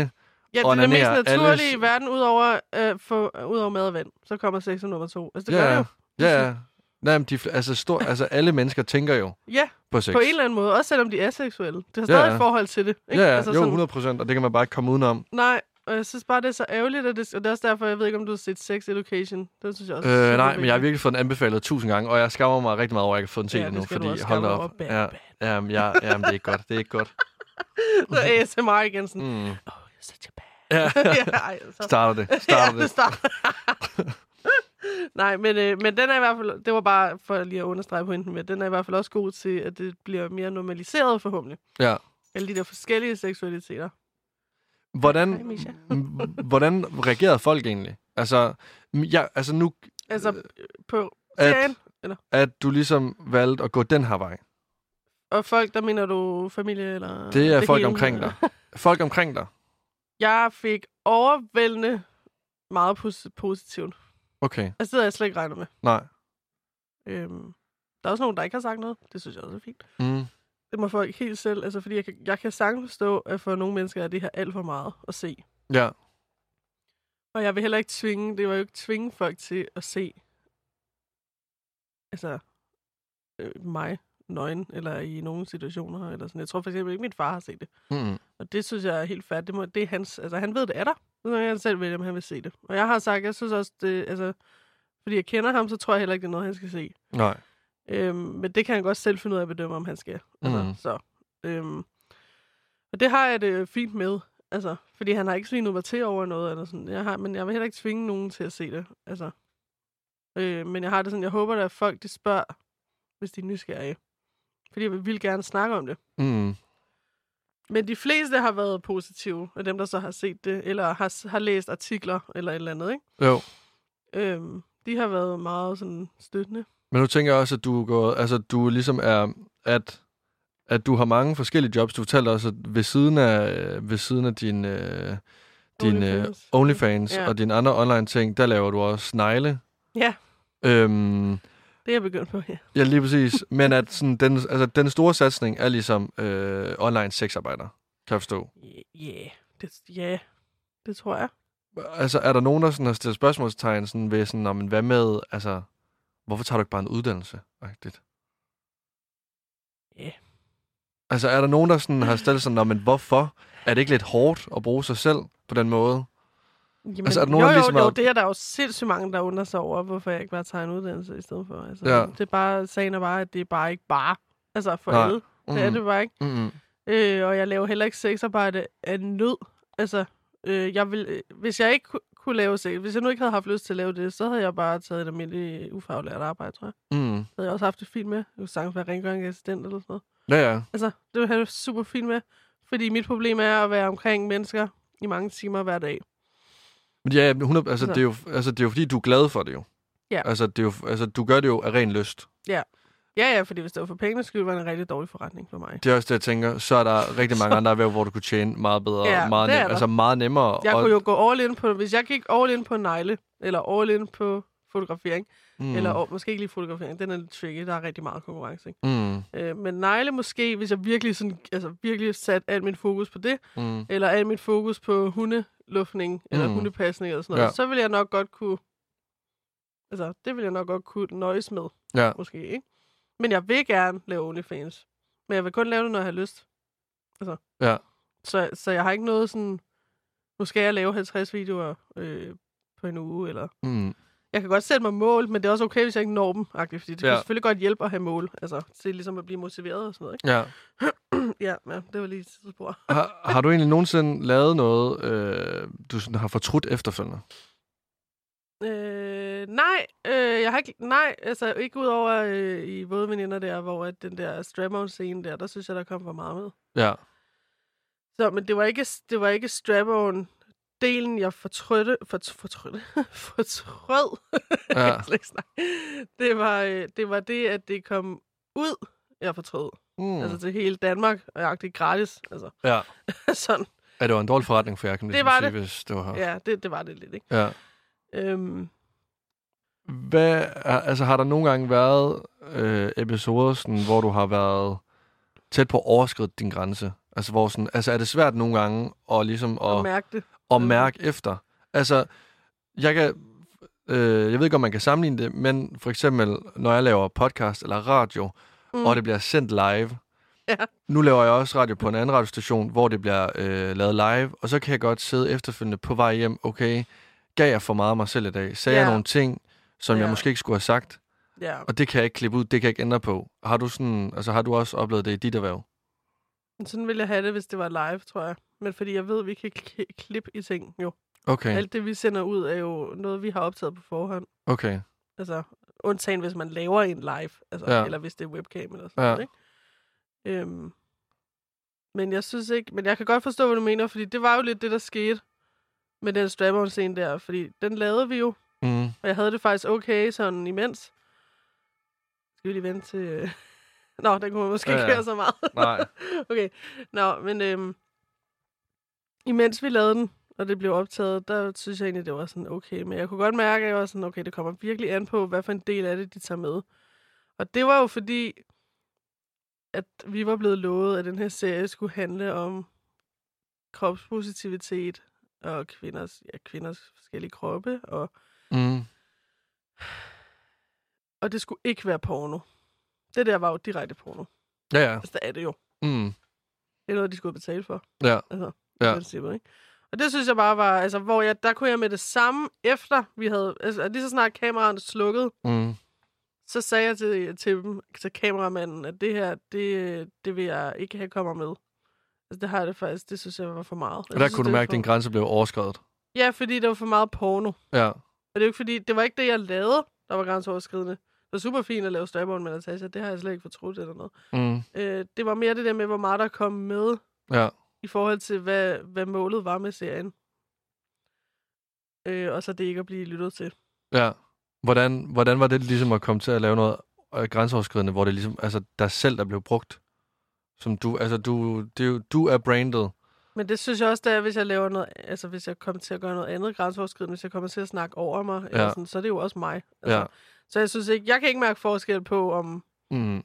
Ja, det er det mest onanerer naturlige alles- i verden, udover, øh, for, udover mad og vand. Så kommer sex som nummer to. Altså, det ja, gør det jo. ja, ja. Nej, men de, fl- altså, stor, altså alle mennesker tænker jo Ja, på sex. På en eller anden måde, også selvom de er seksuelle. Det har stadig Ja. et forhold til det. Ja, ja, jo, 100 procent, og det kan man bare ikke komme udenom. Nej, Altså og jeg synes bare, det er så ærgerligt, at det, og det er også derfor, jeg ved ikke, om du har set Sex Education. Det synes jeg også. er Øh, nej, super men jeg har vigtigt. virkelig fået den anbefalet tusind gange, og jeg skammer mig rigtig meget over, at jeg ikke har fået den set Ja, det endnu, skal du fordi også hold da skamme dig op. over, bad, ja, jamen, jeg, jamen, det er ikke godt, det er ikke godt. Så ASMR igen sådan, Mm. oh, you're such a bad. Ja, ja, ej, så. starter det, starter ja, det det. starter. nej, men, øh, men den er i hvert fald, det var bare for lige at understrege pointen med, den er i hvert fald også god til, at det bliver mere normaliseret forhåbentlig. Ja. Alle de der forskellige seksualiteter. Hej, Hvordan, Misha. m- hvordan reagerede folk egentlig? Altså, m- ja, altså nu, Altså, øh, på at, serien, at du ligesom valgte at gå den her vej. og folk, der mener du familie eller... Det er folk hele? omkring dig. Folk omkring dig. Jeg fik overvældende meget pos- positivt. Okay, Altså, det havde jeg slet ikke regnet med. nej. Øhm, der er også nogen, der ikke har sagt noget. Det synes jeg også er fint. Mm. Det må folk helt selv. Altså, fordi jeg kan, jeg kan sagtens forstå, at for nogle mennesker er det her alt for meget at se. Ja, Og jeg vil heller ikke tvinge, det var jo ikke tvinge folk til at se, altså, øh, mig nøgen, eller i nogle situationer, eller sådan. Jeg tror for eksempel ikke, min far har set det. mm. Og det synes jeg er helt færdigt. Det, må, det er hans, altså han ved, det er der. Så kan han selv vælge, om han vil se det. Og jeg har sagt, jeg synes også, det, altså, fordi jeg kender ham, så tror jeg heller ikke, det er noget, han skal se. nej. Øhm, men det kan han godt selv finde ud af at bedømme, om han skal. Altså, Mhm. mm. så, øhm, og det har jeg det øh, fint med. Altså, fordi han har ikke svinet mig til over noget, eller sådan. Jeg har, men jeg vil heller ikke tvinge nogen til at se det. Altså, øh, men jeg har det sådan, jeg håber, at folk de spørger, hvis de er nysgerrige. Fordi jeg vil vildt gerne snakke om det. Mm. Men de fleste har været positive, og dem, der så har set det, eller har, har læst artikler, eller et eller andet, ikke? Jo. Øhm, de har været meget sådan støttende. Men nu tænker jeg også, at du er gået, altså du ligesom er, at, at du har mange forskellige jobs. Du fortalte også, at ved siden af, øh, ved siden af din, øh, din øh, OnlyFans. OnlyFans ja. Ja. og dine andre online ting, der laver du også snegle. Ja. Øhm, Det er jeg begyndt på, ja. ja, lige præcis. Men at sådan, den, altså, den store satsning er ligesom øh, online sexarbejder, kan jeg forstå. Ja, yeah. det, ja, det tror jeg. Altså, er der nogen, der sådan har stillet spørgsmålstegn sådan ved sådan, "Nå, men hvad med, altså, hvorfor tager du ikke bare en uddannelse? Agtigt. Ja. Altså, er der nogen, der sådan har stillet sådan, "Nå, men hvorfor? Er det ikke lidt hårdt at bruge sig selv på den måde? Jamen, Altså, er der nogen, jo, der jo, ligesom jo, har- det er der jo sindssygt mange, der undrer sig over, hvorfor jeg ikke bare tager en uddannelse i stedet for. Altså, Ja. Det er bare, sagen er bare, at det er bare ikke bare. Altså, for Nej. alle. Det er det bare ikke. Mm, mm, Øh, og jeg laver heller ikke sexarbejde af nød. Altså, øh, jeg vil, øh, hvis jeg ikke ku- kunne lave sex, hvis jeg nu ikke havde haft lyst til at lave det, så havde jeg bare taget et almindeligt øh, ufaglært arbejde, tror jeg. mm. Det havde jeg også haft det fint med. Jeg kunne sagtens være rengøringsassistent eller sådan noget. Ja, ja. Altså, det ville jeg have det super fint med. Fordi mit problem er at være omkring mennesker i mange timer hver dag. Men ja, men 100, altså, Så. det er jo, altså, det er jo fordi, du er glad for det jo. Ja. Altså, det er jo, altså, du gør det jo af ren lyst. Ja, ja, fordi hvis det var for pengenes skyld, var det en rigtig dårlig forretning for mig. Det er også det, jeg tænker. Så er der rigtig mange andre erhverv, hvor du kunne tjene meget bedre. Ja, meget det er nem, der. altså meget nemmere. Jeg og, kunne jo gå all in på, hvis jeg gik all in på negle, eller all in på fotografering, mm, mm. eller og- måske ikke lige fotografering, den er lidt tricky, der er rigtig meget konkurrence, ikke? Mm, Øh, men negle måske, hvis jeg virkelig, sådan, altså virkelig sat alt min fokus på det, mm, eller alt mit fokus på hundeluftning, eller Mm. mm. hundepasning, eller sådan noget, Ja. ja. så vil jeg nok godt kunne... Altså, det vil jeg nok godt kunne nøjes med, ja. måske, ikke? Men jeg vil gerne lave OnlyFans. Men jeg vil kun lave det, når jeg har lyst. Altså. Ja. Så, så jeg har ikke noget sådan... Nu skal jeg lave 50 videoer øh, på en uge, eller... Mm. Jeg kan godt sætte mig mål, men det er også okay, hvis jeg ikke når dem, agtigt, fordi det ja. Ja. kan selvfølgelig godt hjælpe at have mål. Altså, det er ligesom at blive motiveret og sådan noget, Ja. ikke? ja, ja det var lige et tidsspor. Har, har du egentlig nogensinde lavet noget, øh, du sådan har fortrudt efterfølgende? Øh, nej, øh, jeg har ikke, nej, altså ikke udover øh, i Våde Veninder der, hvor at den der strap-on-scene der, der synes jeg, der kom for meget med. Ja. Så, men det var ikke, det var ikke strap-on delen, jeg fortrødte, fort, fortrødte, fortrød. Ja. Jeg kan slet ikke snakke. det, var, øh, det var det, at det kom ud, jeg fortrød. Mm. Mm. Altså til hele Danmark, og jeg det gratis. Altså, ja. sådan. Ja, det var en dårlig forretning for jer, kan man Det ligesom var sige, det. hvis det var her. Ja, det, det var det lidt, ikke? Ja. Øhm, Hvad, altså har der nogle gange været øh, episoder, sådan, hvor du har været tæt på at overskride din grænse? Altså, hvor sådan, altså er det svært nogle gange at, ligesom at, og mærke det. at mærke efter? Altså, jeg kan... Øh, jeg ved ikke, om man kan sammenligne det, men for eksempel, når jeg laver podcast eller radio, mm. og det bliver sendt live. Ja. Nu laver jeg også radio på en anden radiostation, hvor det bliver øh, lavet live, og så kan jeg godt sidde efterfølgende på vej hjem, okay, gav jeg for meget af mig selv i dag? Sagde jeg Ja. nogle ting, som jeg Ja. måske ikke skulle have sagt? Mm. Ja. Og det kan jeg ikke klippe ud, det kan jeg ikke ændre på. Har du, sådan, altså, har du også oplevet det i dit erhverv? Sådan ville jeg have det, hvis det var live, tror jeg. Men fordi jeg ved, at vi kan kli- klippe i ting, jo. Okay, Alt det, vi sender ud, er jo noget, vi har optaget på forhånd. okay. Altså, undtagen hvis man laver en live, altså, Ja. ja. eller hvis det er webcam eller Ja. sådan noget, ikke? Øhm, men jeg synes ikke, men jeg kan godt forstå, hvad du mener, fordi det var jo lidt det, der skete med den strap scene der, fordi den lavede vi jo, Mm. og jeg havde det faktisk okay sådan imens. Skal vi lige vente til... Nå, den kunne man måske Ja, ja, ja. ikke høre så meget. Nej. okay, nå, men øhm, imens vi lavede den, og det blev optaget, der synes jeg egentlig, det var sådan okay. Men jeg kunne godt mærke, at jeg var sådan, okay, det kommer virkelig an på, hvad for en del af det, de tager med. Og det var jo fordi, at vi var blevet lovet, at den her serie skulle handle om kropspositivitet og kvinders, ja, kvinders forskellige kroppe, og Mm. Og det skulle ikke være porno. Det der var jo direkte porno. Ja, ja. Altså, der er det jo. Mm. Det er noget, de skulle betale for. Ja. Altså, Ja. ja. i princippet, ikke? Og det synes jeg bare var, altså, hvor jeg, der kunne jeg med det samme, efter vi havde, altså lige så snart kameraerne slukkede, Mm. så sagde jeg til, til, dem, til kameramanden, at det her, det, det vil jeg ikke have kommer med. Altså, det har jeg det faktisk, det synes jeg var for meget. Og der kunne du mærke, at din grænse blev overskrevet. Ja, fordi det var for meget porno. Ja. Og det er jo ikke fordi, det var ikke det, jeg lavede, der var grænseoverskridende. Det var super fint at lave strap med Natasha, det har jeg slet ikke fortrudt eller noget. Mm. Øh, det var mere det der med, hvor meget der kom med Ja. i forhold til, hvad, hvad målet var med serien. Øh, og så det ikke at blive lyttet til. Ja. Hvordan, hvordan var det ligesom at komme til at lave noget øh, grænseoverskridende, hvor det ligesom, altså dig selv, der blev brugt? Som du, altså du, det er jo, du er branded. Men det synes jeg også, det er, hvis jeg laver noget, altså hvis jeg kommer til at gøre noget andet grænseoverskridende, hvis jeg kommer til at snakke over mig, ja. Ja. eller sådan, så er det jo også mig. Altså, Ja. Så jeg synes ikke, jeg kan ikke mærke forskel på, om, Mm.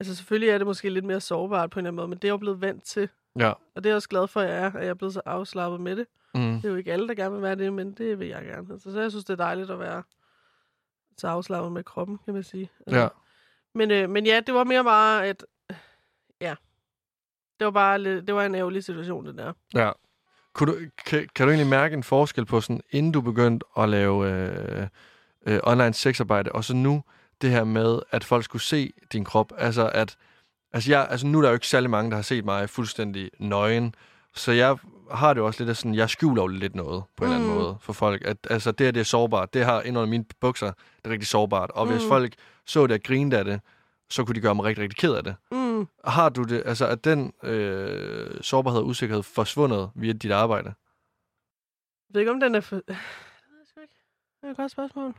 altså selvfølgelig er det måske lidt mere sårbart på en eller anden måde, men det er jeg jo blevet vant til. Ja. Og det er jeg også glad for, at jeg er, at jeg er blevet så afslappet med det. Mm. Det er jo ikke alle, der gerne vil være det, men det vil jeg gerne. Altså, så jeg synes, det er dejligt at være så afslappet med kroppen, kan man sige. Altså, Ja. Men, øh, men ja, det var mere bare, at... Ja. Det var bare lidt, det var en ærgerlig situation, det der. Ja. Kunne du, kan, kan du egentlig mærke en forskel på sådan, inden du begyndte at lave øh, øh, online sexarbejde, og så nu det her med, at folk skulle se din krop? Altså, at, altså, jeg, altså nu er der jo ikke særlig mange, der har set mig fuldstændig nøgen, så jeg har det jo også lidt af sådan, jeg skjuler jo lidt noget på en mm. eller Mm. anden måde for folk. At, altså, det her, det er sårbart. Det her ind under mine bukser, det er rigtig sårbart. Og hvis Mm. folk så det og grinede af det, så kunne de gøre mig rigtig, rigtig ked af det. Mm. Har du det, altså er den øh, sårbarhed og usikkerhed forsvundet via dit arbejde? Jeg ved ikke, om den er for... Det ved jeg sgu ikke. Det er et godt spørgsmål.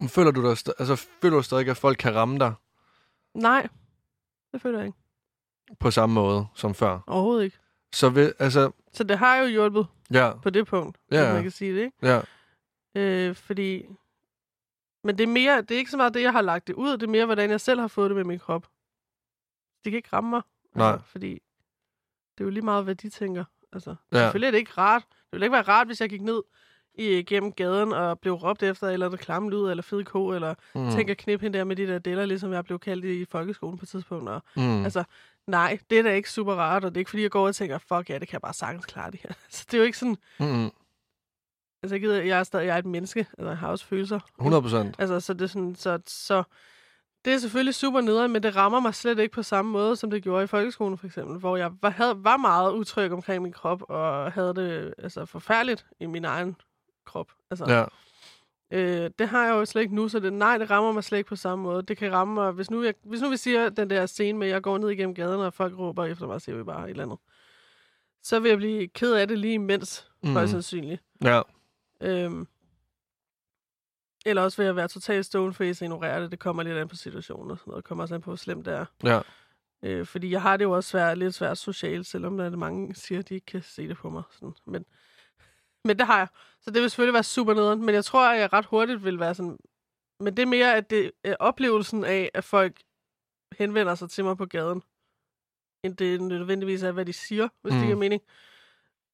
Men Føler du, dig, st- altså, føler du stadig, at folk kan ramme dig Nej. Det føler jeg ikke. på samme måde som før? Overhovedet ikke. Så vil, altså, Så det har jo hjulpet ja, på det punkt, Ja, hvis ja. man kan sige det, ikke? ja, Øh, fordi... Men det er, mere, det er ikke så meget det, jeg har lagt det ud. Det er mere, hvordan jeg selv har fået det med min krop. Det kan ikke ramme mig. Nej. Altså, fordi det er jo lige meget, hvad de tænker. Altså, Ja. ja. Selvfølgelig er det ikke rart. Det ville ikke være rart, hvis jeg gik ned i, gennem gaden og blev råbt efter, eller der klamme lyd, eller fed ko, eller mm. mm, tænk at knippe hende der med de der deller, ligesom jeg blev kaldt i folkeskolen på et tidspunkt. Og, mm, altså, altså, nej, det er da ikke super rart, og det er ikke fordi, jeg går og tænker, fuck ja, det kan jeg bare sagtens klare det her. Så det er jo ikke sådan, mm, Altså, jeg, gider, jeg er stadig jeg er et menneske, altså, jeg har også følelser. 100 procent. Altså, så det er sådan, så, så det er selvfølgelig super nederen, men det rammer mig slet ikke på samme måde, som det gjorde i folkeskolen for eksempel, hvor jeg var, havde, var meget utryg omkring min krop, og havde det altså, forfærdeligt i min egen krop. Altså, Ja. Øh, det har jeg jo slet ikke nu, så det, nej, det rammer mig slet ikke på samme måde. Det kan ramme mig, hvis nu, jeg, hvis nu vi siger den der scene med, at jeg går ned igennem gaden, og folk råber efter mig, og siger vi bare et eller andet. Så vil jeg blive ked af det lige imens, mm. Mhm. højst sandsynligt. Ja. Øhm, eller også vil jeg være totalt stone face og ignorere det. Det kommer lidt an på situationen og sådan noget. Det kommer også an på, hvor slemt det er. Ja. Øh, fordi jeg har det jo også svært, lidt svært socialt, selvom der er mange siger, at de ikke kan se det på mig. Sådan. Men, men det har jeg. Så det vil selvfølgelig være super nederen. Men jeg tror, at jeg ret hurtigt vil være sådan... Men det er mere, at det er oplevelsen af, at folk henvender sig til mig på gaden, end det nødvendigvis er, hvad de siger, hvis mm. Mm. det giver mening.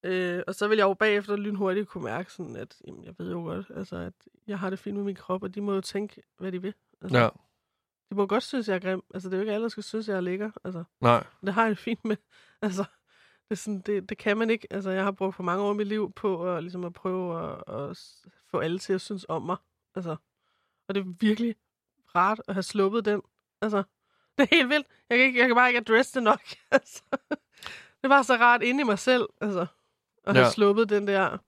Øh, og så vil jeg jo bagefter lynhurtigt kunne mærke, sådan at jamen, jeg ved jo godt, altså, at jeg har det fint med min krop, og de må jo tænke, hvad de vil. Altså, Ja. De må godt synes, jeg er grim. Altså, det er jo ikke alle, der skal synes, jeg er lækker. Altså, Nej. det har jeg det fint med. Altså, det, er sådan, det, det kan man ikke. Altså, jeg har brugt for mange år i mit liv på at, ligesom at prøve at, at s- få alle til at synes om mig. Altså, og det er virkelig rart at have sluppet den. Altså, det er helt vildt. Jeg kan, ikke, jeg kan bare ikke address det nok. Altså, det var så rart inde i mig selv, altså, at have Ja. ja. sluppet den der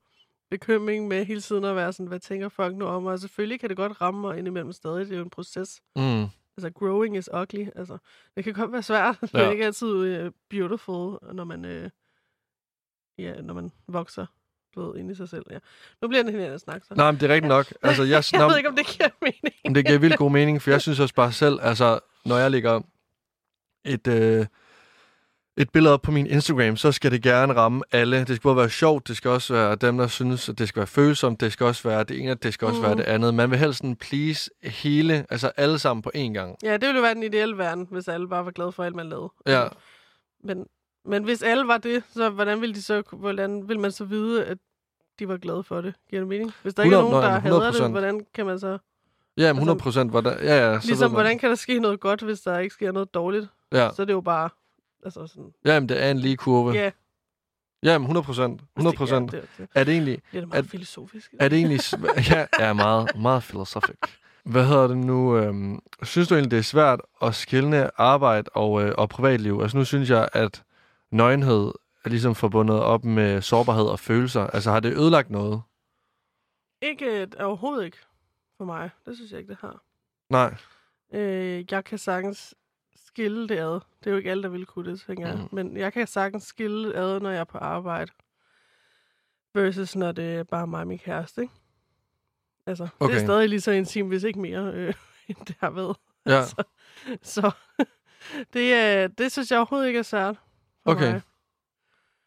bekymring med hele tiden at være sådan, hvad tænker folk nu om mig? Og selvfølgelig kan det godt ramme mig indimellem stadig. Det er jo en proces. Mm. Altså, growing is ugly. Altså, det kan godt være svært. Ja. Det Ja. er ikke altid uh, beautiful, når man, uh, ja, når man vokser du ved, inde i sig selv. Ja. Nu bliver det en helt anden snak, så. Nej, men det er rigtigt nok. Altså, jeg, jeg nå, ved ikke, om det giver mening. men det giver vildt god mening, for jeg synes også bare selv, altså, når jeg lægger et, øh, et billede op på min Instagram, så skal det gerne ramme alle. Det skal både være sjovt, det skal også være dem, der synes, at det skal være følsomt, det skal også være det ene, og det skal også mm. være Mm. det andet. Man vil helst sådan please hele, altså alle sammen på én gang. Ja, det ville jo være den ideelle verden, hvis alle bare var glade for alt, man lavede. Ja, Men, men hvis alle var det, så hvordan ville, de så, hvordan ville man så vide, at de var glade for det? Giver det mening? Hvis der ikke er 100 nogen, der nej, hader 100%. det, hvordan kan man så... ja men 100 procent. Hvordan, ja, ja, så ved Altså, Ligesom, man. hvordan kan der ske noget godt, hvis der ikke sker noget dårligt? Ja, Så er det jo bare... Altså sådan... jamen, det er en lige kurve. Ja, Ja, men 100 procent. 100 procent. Ja, Altså, det, det, Er det egentlig, det er da meget At- at, filosofisk. er det egentlig... sv- ja, er meget, meget filosofisk. Hvad hedder det nu? Øhm, synes du egentlig, det er svært at skille arbejde og, øh, og privatliv? Altså nu synes jeg, at nøgenhed er ligesom forbundet op med sårbarhed og følelser. Altså har det ødelagt noget? Ikke øh, overhovedet ikke for mig. Det synes jeg ikke, det har. Nej. Øh, jeg kan sagtens skille det ad. Det er jo ikke alle, der vil kunne det, tænker jeg. Mhm. Men jeg kan sagtens skille det ad, når jeg er på arbejde. Versus når det er bare mig og min kæreste, ikke? Altså, okay. det Okay. er stadig lige så intimt, hvis ikke mere, øh, end det har været. Ja, Altså, Så det, er, det synes jeg overhovedet ikke er svært for Okay. mig.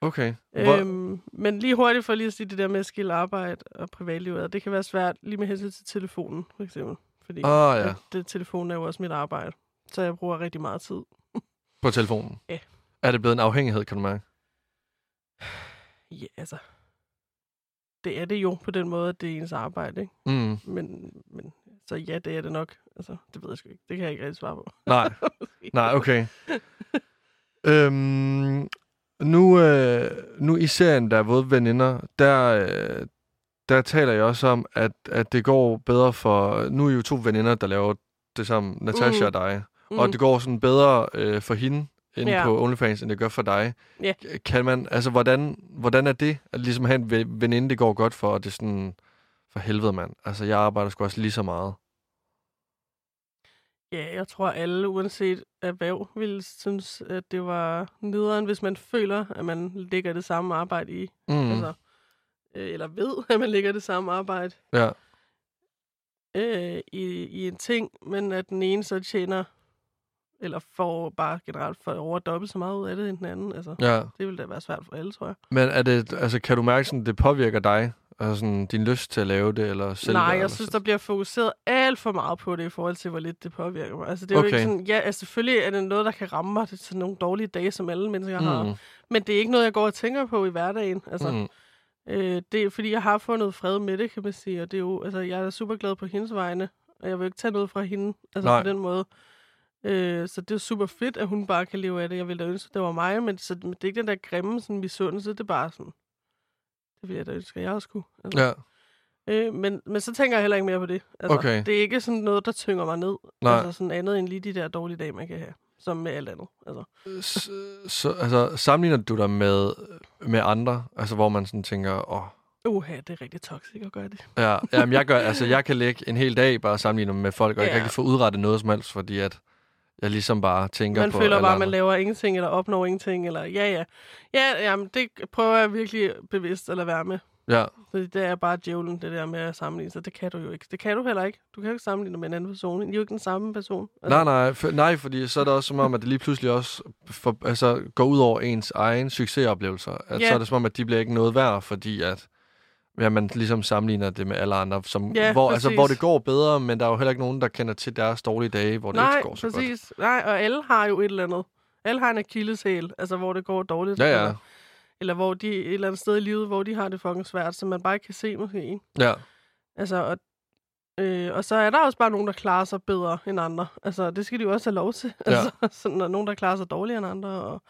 okay. Hvor, Øhm, men lige hurtigt for lige at sige det der med at skille arbejde og privatliv ad, det kan være svært lige med hensyn til telefonen, for eksempel. Fordi ah ja, at det, telefonen er jo også mit arbejde, så jeg bruger rigtig meget tid. på telefonen. Ja. Er det blevet en afhængighed, kan du mærke? Ja, altså, det er det jo på den måde, at det er ens arbejde, ikke? Mm, Men, men så ja, det er det nok. Altså, det ved jeg sgu ikke. Det kan jeg ikke rigtig svare på. nej. Nej, okay. øhm, nu, øh, nu i serien, der er våde veninder, der, øh, der taler jeg også om, at, at det går bedre for... Nu er I jo to veninder, der laver det sammen, Natasha Mm. og dig. Mm. Mm. Og det går sådan bedre øh, for hende inde Ja. på OnlyFans, end det gør for dig. Ja. Kan man... Altså, hvordan, hvordan er det at ligesom have en ve- veninde, det går godt for, og det er sådan... For helvede, mand. Altså, jeg arbejder sgu også lige så meget. Ja, jeg tror alle, uanset erhverv, ville synes, at det var nederen, hvis man føler, at man ligger det samme arbejde i Mm. Mm. Altså, øh, eller ved, at man lægger det samme arbejde ja. øh, i, i en ting, men at den ene så tjener, eller får bare generelt for over dobbelt så meget ud af det end den anden. Altså, ja. det ville da være svært for alle, tror jeg. Men er det, altså, kan du mærke, sådan, det påvirker dig? Altså, sådan, din lyst til at lave det? Eller selv altså. Nej, eller jeg synes, der bliver fokuseret alt for meget på det i forhold til, hvor lidt det påvirker mig. Altså, det er okay. jo Okay. ikke sådan, ja, altså, selvfølgelig er det noget, der kan ramme mig. Det er sådan nogle dårlige dage, som alle mennesker mm. har. Mm, Men det er ikke noget, jeg går og tænker på i hverdagen. Altså, mm, Øh, det er fordi, jeg har fundet fred med det, kan man sige. Og det er jo, altså, jeg er super glad på hendes vegne, og jeg vil ikke tage noget fra hende altså Nej. på den måde. Øh, så det er super fedt, at hun bare kan leve af det. Jeg ville da ønske, det var mig, men, så, men det er ikke den der grimme sådan, misundelse. Det er bare sådan, det ville jeg da ønske, at jeg også kunne. Altså, ja, Øh, men, men så tænker jeg heller ikke mere på det. Altså, Okay. Det er ikke sådan noget, der tynger mig ned. Nej. Altså sådan andet end lige de der dårlige dage, man kan have. Som med alt andet. Altså. S- så, altså, sammenligner du dig med, med andre? Altså, hvor man sådan tænker, åh, Uha, det er rigtig toxic at gøre det. Ja, jamen jeg, gør, altså, jeg kan lægge en hel dag bare sammenlignet med folk, og ja. jeg kan Ja. ikke få udrettet noget som helst, fordi at jeg ligesom bare tænker Man på... føler alle bare, at andre. man laver ingenting, eller opnår ingenting, eller ja, ja. Ja, jamen, det prøver jeg virkelig bevidst at lade være med. Ja, Fordi det er bare djævlen, det der med at sammenligne sig. Det kan du jo ikke. Det kan du heller ikke. Du kan jo ikke sammenligne med en anden person. I er jo ikke den samme person. nej, Altså, nej, for, nej, fordi så er det også som om, at det lige pludselig også for, altså, går ud over ens egen succesoplevelser. At Ja. Så er det som om, at de bliver ikke noget værd, fordi at ja, man ligesom sammenligner det med alle andre, som, Ja, hvor, altså, hvor det præcis. går bedre, men der er jo heller ikke nogen, der kender til deres dårlige dage, hvor det Nej, ikke går så godt. præcis. Nej, og alle har jo et eller andet. Alle har en akilleshæl, altså hvor det går dårligt. Ja, ja, Eller, eller hvor de et eller andet sted i livet, hvor de har det fucking svært, som man bare ikke kan se måske. Ikke? ja. Altså, og, øh, og så er der også bare nogen, der klarer sig bedre end andre. Altså, det skal de jo også have lov til. Ja. Altså, sådan, og nogen, der klarer sig dårligere end andre. Og,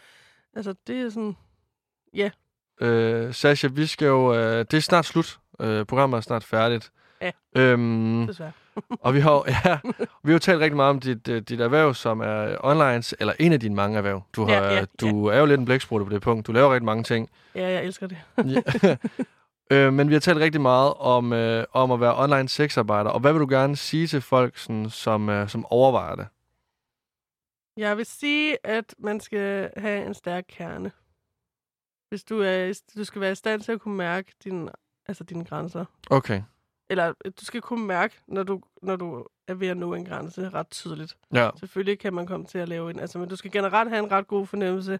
altså, det er sådan... Øh, Sasha, vi skal jo... Øh, det er snart slut. Øh, programmet er snart færdigt. Ja. Øhm, Desværre. og vi har, jo- ja, vi har jo talt rigtig meget om dit, øh, dit erhverv, som er øh, online, eller en af dine mange erhverv. Du, har, Ja, ja, du er jo lidt en blæksprutte på det punkt. Du laver rigtig mange ting. Ja, jeg elsker det. Ja. øh, men vi har talt rigtig meget om, øh, om at være online sexarbejder. Og hvad vil du gerne sige til folk, sådan, som, øh, som overvejer det? Jeg vil sige, at man skal have en stærk kerne. Hvis du, er, i- du skal være i stand til at kunne mærke din, altså dine grænser. Okay, Eller øh, du skal kunne mærke, når du, når du er ved at nå en grænse ret tydeligt. ja. Selvfølgelig kan man komme til at lave en, altså, men du skal generelt have en ret god fornemmelse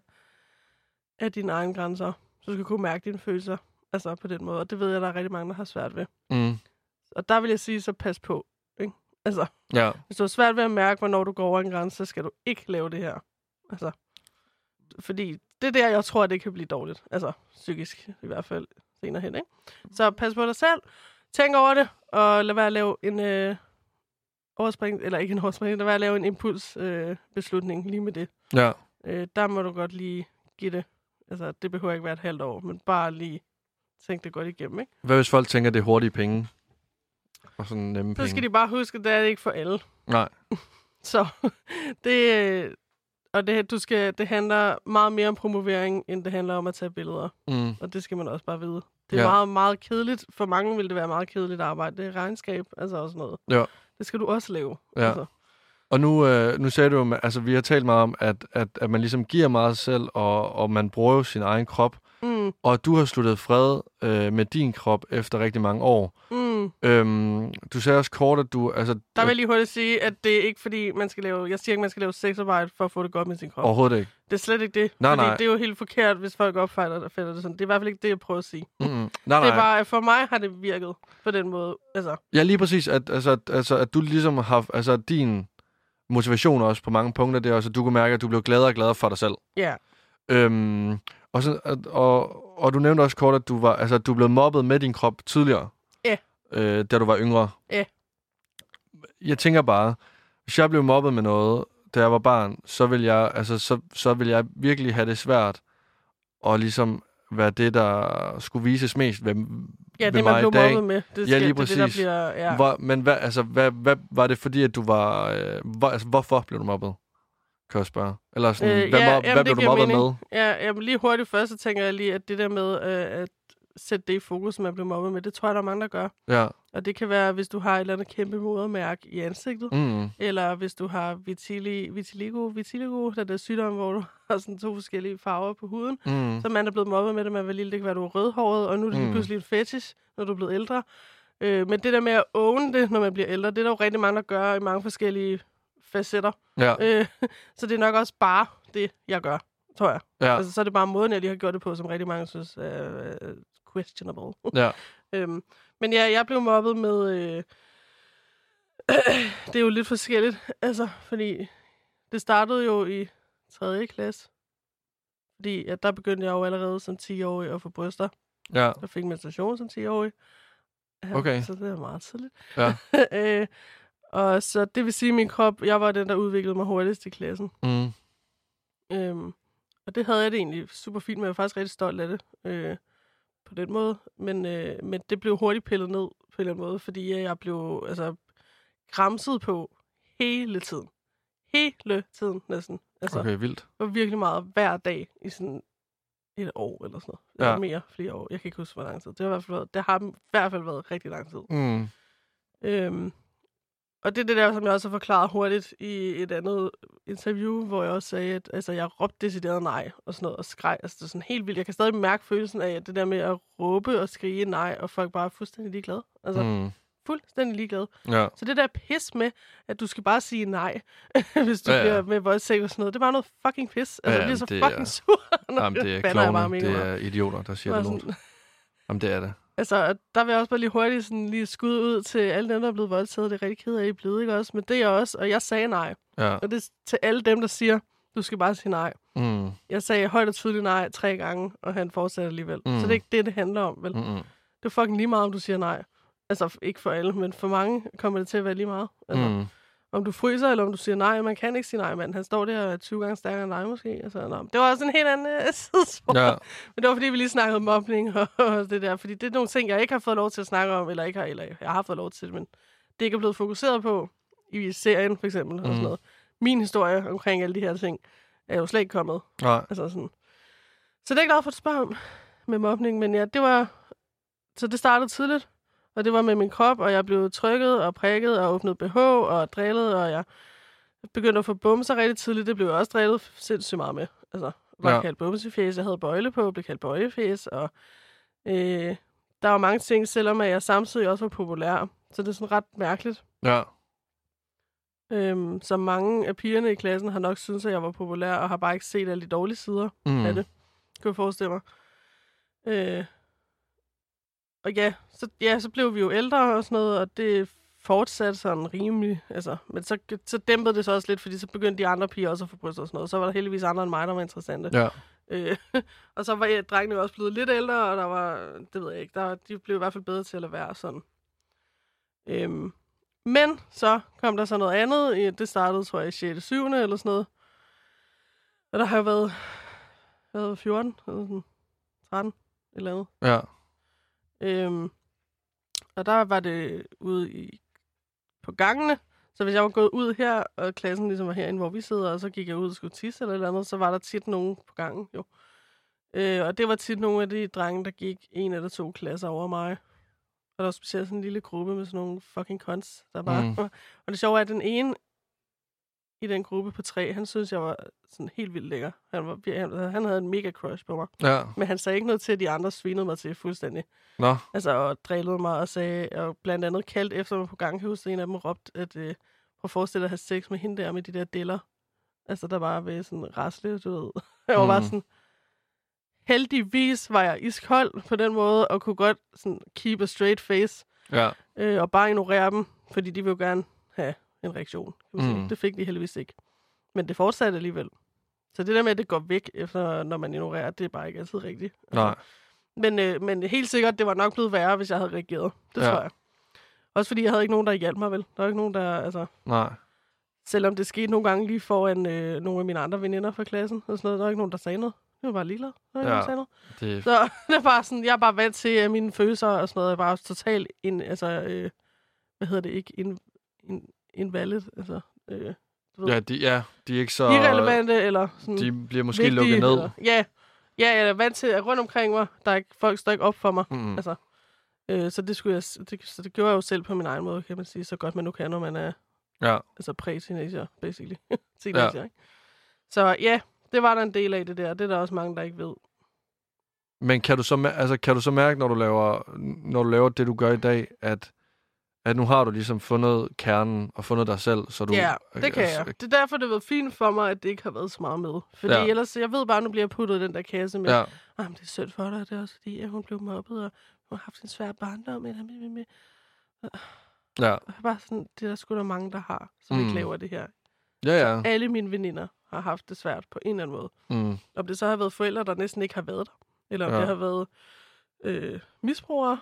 af dine egne grænser. Så du skal kunne mærke dine følelser, altså på den måde. Og det ved jeg, der er rigtig mange, der har svært ved. Mm, Og der vil jeg sige, så pas på. Ikke? Altså, ja. hvis du har svært ved at mærke, hvornår du går over en grænse, så skal du ikke lave det her. Altså, fordi det er der, jeg tror, det kan blive dårligt. Altså, psykisk i hvert fald senere hen, ikke? Så pas på dig selv. Tænk over det, og lad være at lave en øh, overspring, eller ikke en overspring, lad være at lave en impulsbeslutning øh, beslutning lige med det. ja. Øh, der må du godt lige give det. Altså, det behøver ikke være et halvt år, men bare lige tænk det godt igennem, ikke? Hvad hvis folk tænker, det er hurtige penge? Og sådan nemme Så penge. skal de bare huske, at det er det ikke for alle. Nej. Så det, øh, og det, du skal, det handler meget mere om promovering, end det handler om at tage billeder. Mm. Og det skal man også bare vide. Det er Ja. ja. meget, meget kedeligt. For mange vil det være meget kedeligt arbejde. Det er regnskab, altså også noget. Ja. Det skal du også lave. Ja. Altså, Og nu, øh, nu sagde du, jo, altså vi har talt meget om, at, at, at man ligesom giver meget af sig selv, og, og man bruger jo sin egen krop. mm, Og du har sluttet fred øh, med din krop efter rigtig mange år. mm. Øhm, du sagde også kort, at du... Altså, Der vil jeg lige hurtigt sige, at det er ikke fordi, man skal lave... Jeg siger ikke, man skal lave sexarbejde for at få det godt med sin krop. Overhovedet ikke. Det er slet ikke det. Nej, fordi nej. det er jo helt forkert, hvis folk opfatter det, finder det sådan. Det er i hvert fald ikke det, jeg prøver at sige. Mm-mm. Nej, Det nej. er bare, at for mig har det virket på den måde. Altså, Ja, lige præcis. At, altså, at- altså, at du ligesom har... Altså, at din motivation også på mange punkter, det er også, at du kan mærke, at du bliver gladere og gladere for dig selv. ja. Øhm, og, så, at, og, og du nævnte også kort, at du, var, altså, at du blev mobbet med din krop tidligere. Ja. Øh, da du var yngre. Ja. Jeg tænker bare, hvis jeg blev mobbet med noget, da jeg var barn, så vil jeg, altså, så, så vil jeg virkelig have det svært at ligesom være det, der skulle vises mest ved, Ja, ved det, mig man blev i dag. mobbet med. Det, Ja, lige det, er det, der præcis. bliver, ja. Hvor, men hvad, altså, hvad, hvad, var det fordi, at du var... Øh, hvor, altså, hvorfor blev du mobbet? Kan jeg spørge. Eller sådan, øh, Øh, hvad, ja, ja, mob, jamen, hvad det blev du giver mobbet mening. med? ja, jamen, lige hurtigt først, så tænker jeg lige, at det der med øh, at sætte det i fokus, som man blev mobbet med, det tror jeg, der er mange, der gør. Ja. Og det kan være, hvis du har et eller andet kæmpe modermærke i ansigtet, mm. Mm, eller hvis du har vitili, vitiligo, vitiligo, der er der sygdom, hvor du har sådan to forskellige farver på huden, mm. så man er blevet mobbet med det, man var lille, det kan være, du er rødhåret, og nu er det Mm. lige pludselig en fetish, når du er blevet ældre. Øh, men det der med at own det, når man bliver ældre, det er der jo rigtig mange, der gør i mange forskellige facetter. Ja, Øh, så det er nok også bare det, jeg gør, tror jeg. Ja. ja, Altså, så er det bare måden, jeg lige har gjort det på, som rigtig mange synes er øh, questionable. ja. øhm, men ja, jeg blev mobbet med... Øh, det er jo lidt forskelligt, altså, fordi det startede jo i 3. klasse. Fordi at der begyndte jeg jo allerede som 10-årig at få bryster. Ja, Jeg fik menstruation som 10-årig. Ja, Okay. Så det er meget tidligt. Ja. øh, og så det vil sige, at min krop, jeg var den, der udviklede mig hurtigst i klassen. mm, Øhm, og det havde jeg det egentlig super fint med. Jeg var faktisk rigtig stolt af det. Øh, på den måde, men, øh, men det blev hurtigt pillet ned på en eller anden måde, fordi øh, jeg blev altså, græmset på hele tiden. Hele tiden næsten. Altså, okay. Okay, vildt. Det var virkelig meget hver dag i sådan et år eller sådan noget. Eller Ja. mere, flere år. Jeg kan ikke huske, hvor lang tid. Det har, i hvert fald været, det har i hvert fald været rigtig lang tid. Mm. Øhm, og det er det der, som jeg også har forklaret hurtigt i et andet interview, hvor jeg også sagde, at altså, jeg råbte decideret nej og sådan noget, og skreg. Altså, det er sådan helt vildt. Jeg kan stadig mærke følelsen af, at det der med at råbe og skrige nej, og folk bare er fuldstændig ligeglade. Altså, mm. Mm. fuldstændig ligeglade. Ja. Så det der pis med, at du skal bare sige nej, hvis du Ja, ja, ja. ja. bliver med voldtægt og sådan noget, det er bare noget fucking pis. Altså, Ja, ja, jeg bliver så det fucking er- sur. når Jamen, det er bander jeg bare klovne, mega det meget. er idioter, der siger Bare det lort. sådan- Jamen, det er det. Altså, og der vil jeg også bare lige hurtigt sådan lige skud ud til alle dem, der er blevet voldtaget. Det er rigtig ked af, at I er blevet, ikke også? Men det er jeg også, og jeg sagde nej. Ja. Og det er til alle dem, der siger, du skal bare sige nej. Mm. Jeg sagde højt og tydeligt nej tre gange, og han fortsatte alligevel. Mm. Mm. Så det er ikke det, det handler om, vel? Mm. Mm-mm. Det er fucking lige meget, om du siger nej. Altså, f- ikke for alle, men for mange kommer det til at være lige meget. Altså, mm. Mm. Om du fryser, eller om du siger nej. Man kan ikke sige nej, mand. Han står der og er 20 gange stærkere end dig, måske. Altså, nå. Det var også en helt anden øh, sidespor. Ja. Men det var, fordi vi lige snakkede om mobning og, og det der. Fordi det er nogle ting, jeg ikke har fået lov til at snakke om, eller ikke har, eller jeg har fået lov til, men det ikke er blevet fokuseret på i serien, for eksempel, mm. og Mm. sådan noget. Min historie omkring alle de her ting er jo slet ikke kommet. Nej. Altså sådan. Så det er jeg glad for, at du spørger om med mobning, men ja, det var... Så det startede tidligt, og det var med min krop, og jeg blev trykket og prikket og åbnet BH og drillet, og jeg begyndte at få bumser rigtig tidligt. Det blev jeg også drillet sindssygt meget med. Altså, jeg var Ja. ja. kaldt bumsefjæs, jeg havde bøjle på, blev kaldt bøjefjæs, og øh, der var mange ting, selvom at jeg samtidig også var populær. Så det er sådan ret mærkeligt. Ja. Øhm, så mange af pigerne i klassen har nok syntes, at jeg var populær, og har bare ikke set alle de dårlige sider Mm. er det. kunne jeg forestille mig. Øh, og ja så, ja, så blev vi jo ældre og sådan noget, og det fortsatte sådan rimelig, altså, men så, så dæmpede det så også lidt, fordi så begyndte de andre piger også at få bryster og sådan noget, så var der heldigvis andre end mig, der var interessante. Ja. Øh, og så var ja, drengene jo også blevet lidt ældre, og der var, det ved jeg ikke, der, de blev i hvert fald bedre til at lade være sådan. Øhm, men så kom der så noget andet, i- det startede, tror jeg, i 6. 7. eller sådan noget. Og der har jeg været, jeg har været 14, eller sådan 13, et eller andet. Ja. Øhm, og der var det ude i, på gangene. Så hvis jeg var gået ud her, og klassen ligesom var herinde, hvor vi sidder, og så gik jeg ud og skulle tisse eller et eller andet, så var der tit nogen på gangen, jo. Øh, og det var tit nogle af de drenge, der gik en eller to klasser over mig. Og der var specielt sådan en lille gruppe med sådan nogle fucking cons, der bare... Mm. Mm. og det sjove er, at den ene i den gruppe på tre, han synes, jeg var sådan helt vildt lækker. Han, var, han, han havde en mega crush på mig. Ja. Men han sagde ikke noget til, at de andre svinede mig til fuldstændig. Nå. Altså, og drillede mig og sagde, og blandt andet kaldt efter mig på gangen, kan jeg huske, at en af dem råbte, at øh, prøv at forestille dig at have sex med hende der med de der diller. Altså, der bare ved sådan rasle, du ved. Jeg var mm. bare Mm. sådan, heldigvis var jeg iskold på den måde, og kunne godt sådan keep a straight face, Ja. øh, og bare ignorere dem, fordi de vil jo gerne have en reaktion. Kan man sige. Mm. Det fik de heldigvis ikke. Men det fortsatte alligevel. Så det der med, at det går væk, efter, når man ignorerer, det er bare ikke altid rigtigt. Altså, Nej. Men, øh, men helt sikkert, det var nok blevet værre, hvis jeg havde reageret. Det Ja. ja. tror jeg. Også fordi jeg havde ikke nogen, der hjalp mig, vel? Der var ikke nogen, der... Altså, Nej. selvom det skete nogle gange lige foran øh, nogle af mine andre veninder fra klassen og sådan noget, der var ikke nogen, der sagde noget. Det var bare ligeglad. Der var ikke Ja. ja. nogen, der sagde noget. Det er... Så det er bare sådan, jeg er bare vant til, at mine følelser og sådan noget er bare totalt ind, altså, øh, hvad hedder det, ikke in, in, invalid, altså, øh, Ja, de, ja, de er ikke så... irrelevante, eller sådan. De bliver måske vigtige, lukket ned. Eller, ja. ja, jeg er vant til, at rundt omkring mig, der er ikke, folk står ikke op for mig. Mm. Altså, øh, så, det skulle jeg, s- det, så det gjorde jeg jo selv på min egen måde, kan man sige, så godt man nu kan, når man er Ja. altså præ-teenager, basically. teenager, ja. ikke? Så ja, det var der en del af det der. Det er der også mange, der ikke ved. Men kan du, så, mær- altså, kan du så mærke, når du, laver, når du laver det, du gør i dag, at, at nu har du ligesom fundet kernen og fundet dig selv, så du... ja, det kan altså, jeg. Det er derfor, det har været fint for mig, at det ikke har været så meget med. Fordi Ja. ja. ellers, jeg ved bare, nu bliver jeg puttet i den der kasse med, ja. Ja, ah, men det er synd for dig, og det er også fordi, at hun blev mobbet, og hun har haft en svær barndom. Eller, med, med, med. ja, Og jeg er bare sådan, det er der sgu der mange, der har, som mm. Mm. ikke laver det her. ja. ja. Alle mine veninder har haft det svært på en eller anden måde. Mm. Om det så har været forældre, der næsten ikke har været der. Eller om Ja. ja. det har været øh, misbrugere,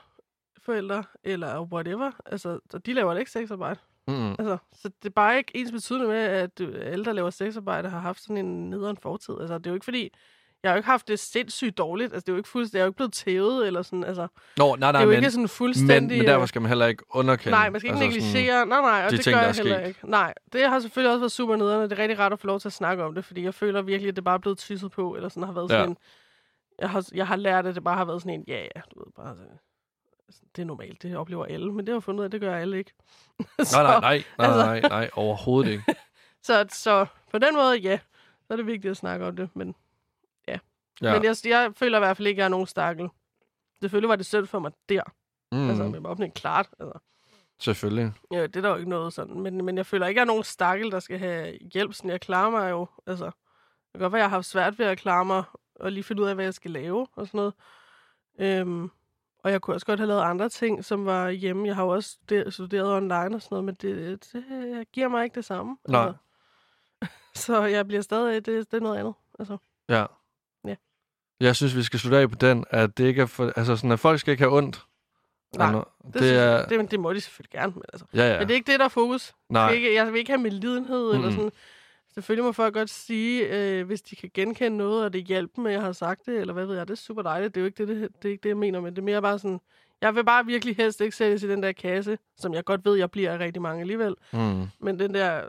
forældre, eller whatever. Altså, og de laver da ikke sexarbejde. Mm. Altså, så det er bare ikke ens betydende med, at øh, alle, der laver sexarbejde, har haft sådan en nederen fortid. Altså, det er jo ikke fordi, Jeg har jo ikke haft det sindssygt dårligt. Altså, det er jo ikke fuldstændig... Jeg er jo ikke blevet tævet eller sådan, altså... Nå, nej, det nej, er jo men, ikke sådan men, fuldstændig... men derfor skal man heller ikke øh, underkende. Nej, man skal ikke altså sådan- negligere. Nej, nej, og de det ting, gør der jeg er heller sket. ikke. Nej, det har selvfølgelig også været super nederen, og det er rigtig rart at få lov til at snakke om det, fordi jeg føler virkelig, at det bare er blevet tysset på, eller sådan har været sådan Ja. en... Jeg har, jeg har lært, at det bare har været sådan en, ja, ja, du ved, bare... sådan- Altså, det er normalt, det oplever alle, men det har jeg fundet ud af, det gør alle ikke. Så- Nej, nej, nej, nej, altså- nej, nej, nej, overhovedet ikke. Så, så på den måde, ja, så er det vigtigt at snakke om det. Men, ja. Ja. men jeg, jeg føler i hvert fald ikke, at jeg er nogen stakkel. Selvfølgelig var det synd for mig der, mm. altså mm, med mobning, klart. Altså. selvfølgelig. Ja, det er der jo ikke noget sådan, men, men jeg føler ikke, at jeg er nogen stakkel, der skal have hjælp, sådan jeg klarer mig jo. Altså, det kan godt være, at jeg har haft svært ved at klare mig, og lige finde ud af, hvad jeg skal lave og sådan noget. Øhm, og jeg kunne også godt have lavet andre ting, som var hjemme. Jeg har jo også studer- studeret online og sådan noget, men det, det giver mig ikke det samme. Nej. Altså. Så jeg bliver stadig, det, det er noget andet. Altså. Ja. Ja. Jeg synes, vi skal slutte af på den, at det ikke er for, altså sådan, at folk skal ikke have ondt. Nej, Altså, Det, det, er, synes, det, det må de selvfølgelig gerne, men altså. ja, Ja. ja. Men det er ikke det, der er fokus. nej, Skal ikke, jeg vil ikke have medlidenhed mm. eller Mm-mm. sådan. Selvfølgelig må folk godt sige, øh, hvis de kan genkende noget, og det hjælper med, at jeg har sagt det, eller hvad ved jeg, det er super dejligt. Det er jo ikke det, det, det, er ikke det jeg mener, men det er mere bare sådan, jeg vil bare virkelig helst ikke sættes i den der kasse, som jeg godt ved, jeg bliver af rigtig mange alligevel. mm, Men den der,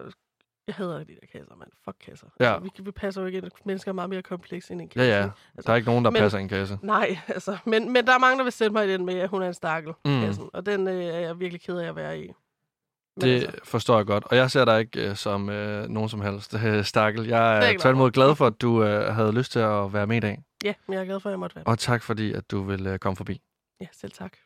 jeg hader de der kasser, mand. Fuck kasser. Ja. Altså, vi, vi passer jo ikke ind. Mennesker er meget mere komplekse end en ja, kasse. ja. Der er ikke nogen, der Men- passer i en kasse. Nej, altså. Men, men der er mange, der vil sætte mig i den med, at hun er en stakkel. Mm. Kassen, og den øh, er jeg virkelig ked af at være i. Men altså- Det forstår jeg godt, og jeg ser dig ikke øh, som øh, nogen som helst øh, stakkel. Det er Jeg er ikke tværtimod glad for, at du øh, havde lyst til at være med i dag, Ja, men jeg er glad for, at jeg måtte være. og tak fordi, at du vil øh, komme forbi. Ja, selv tak.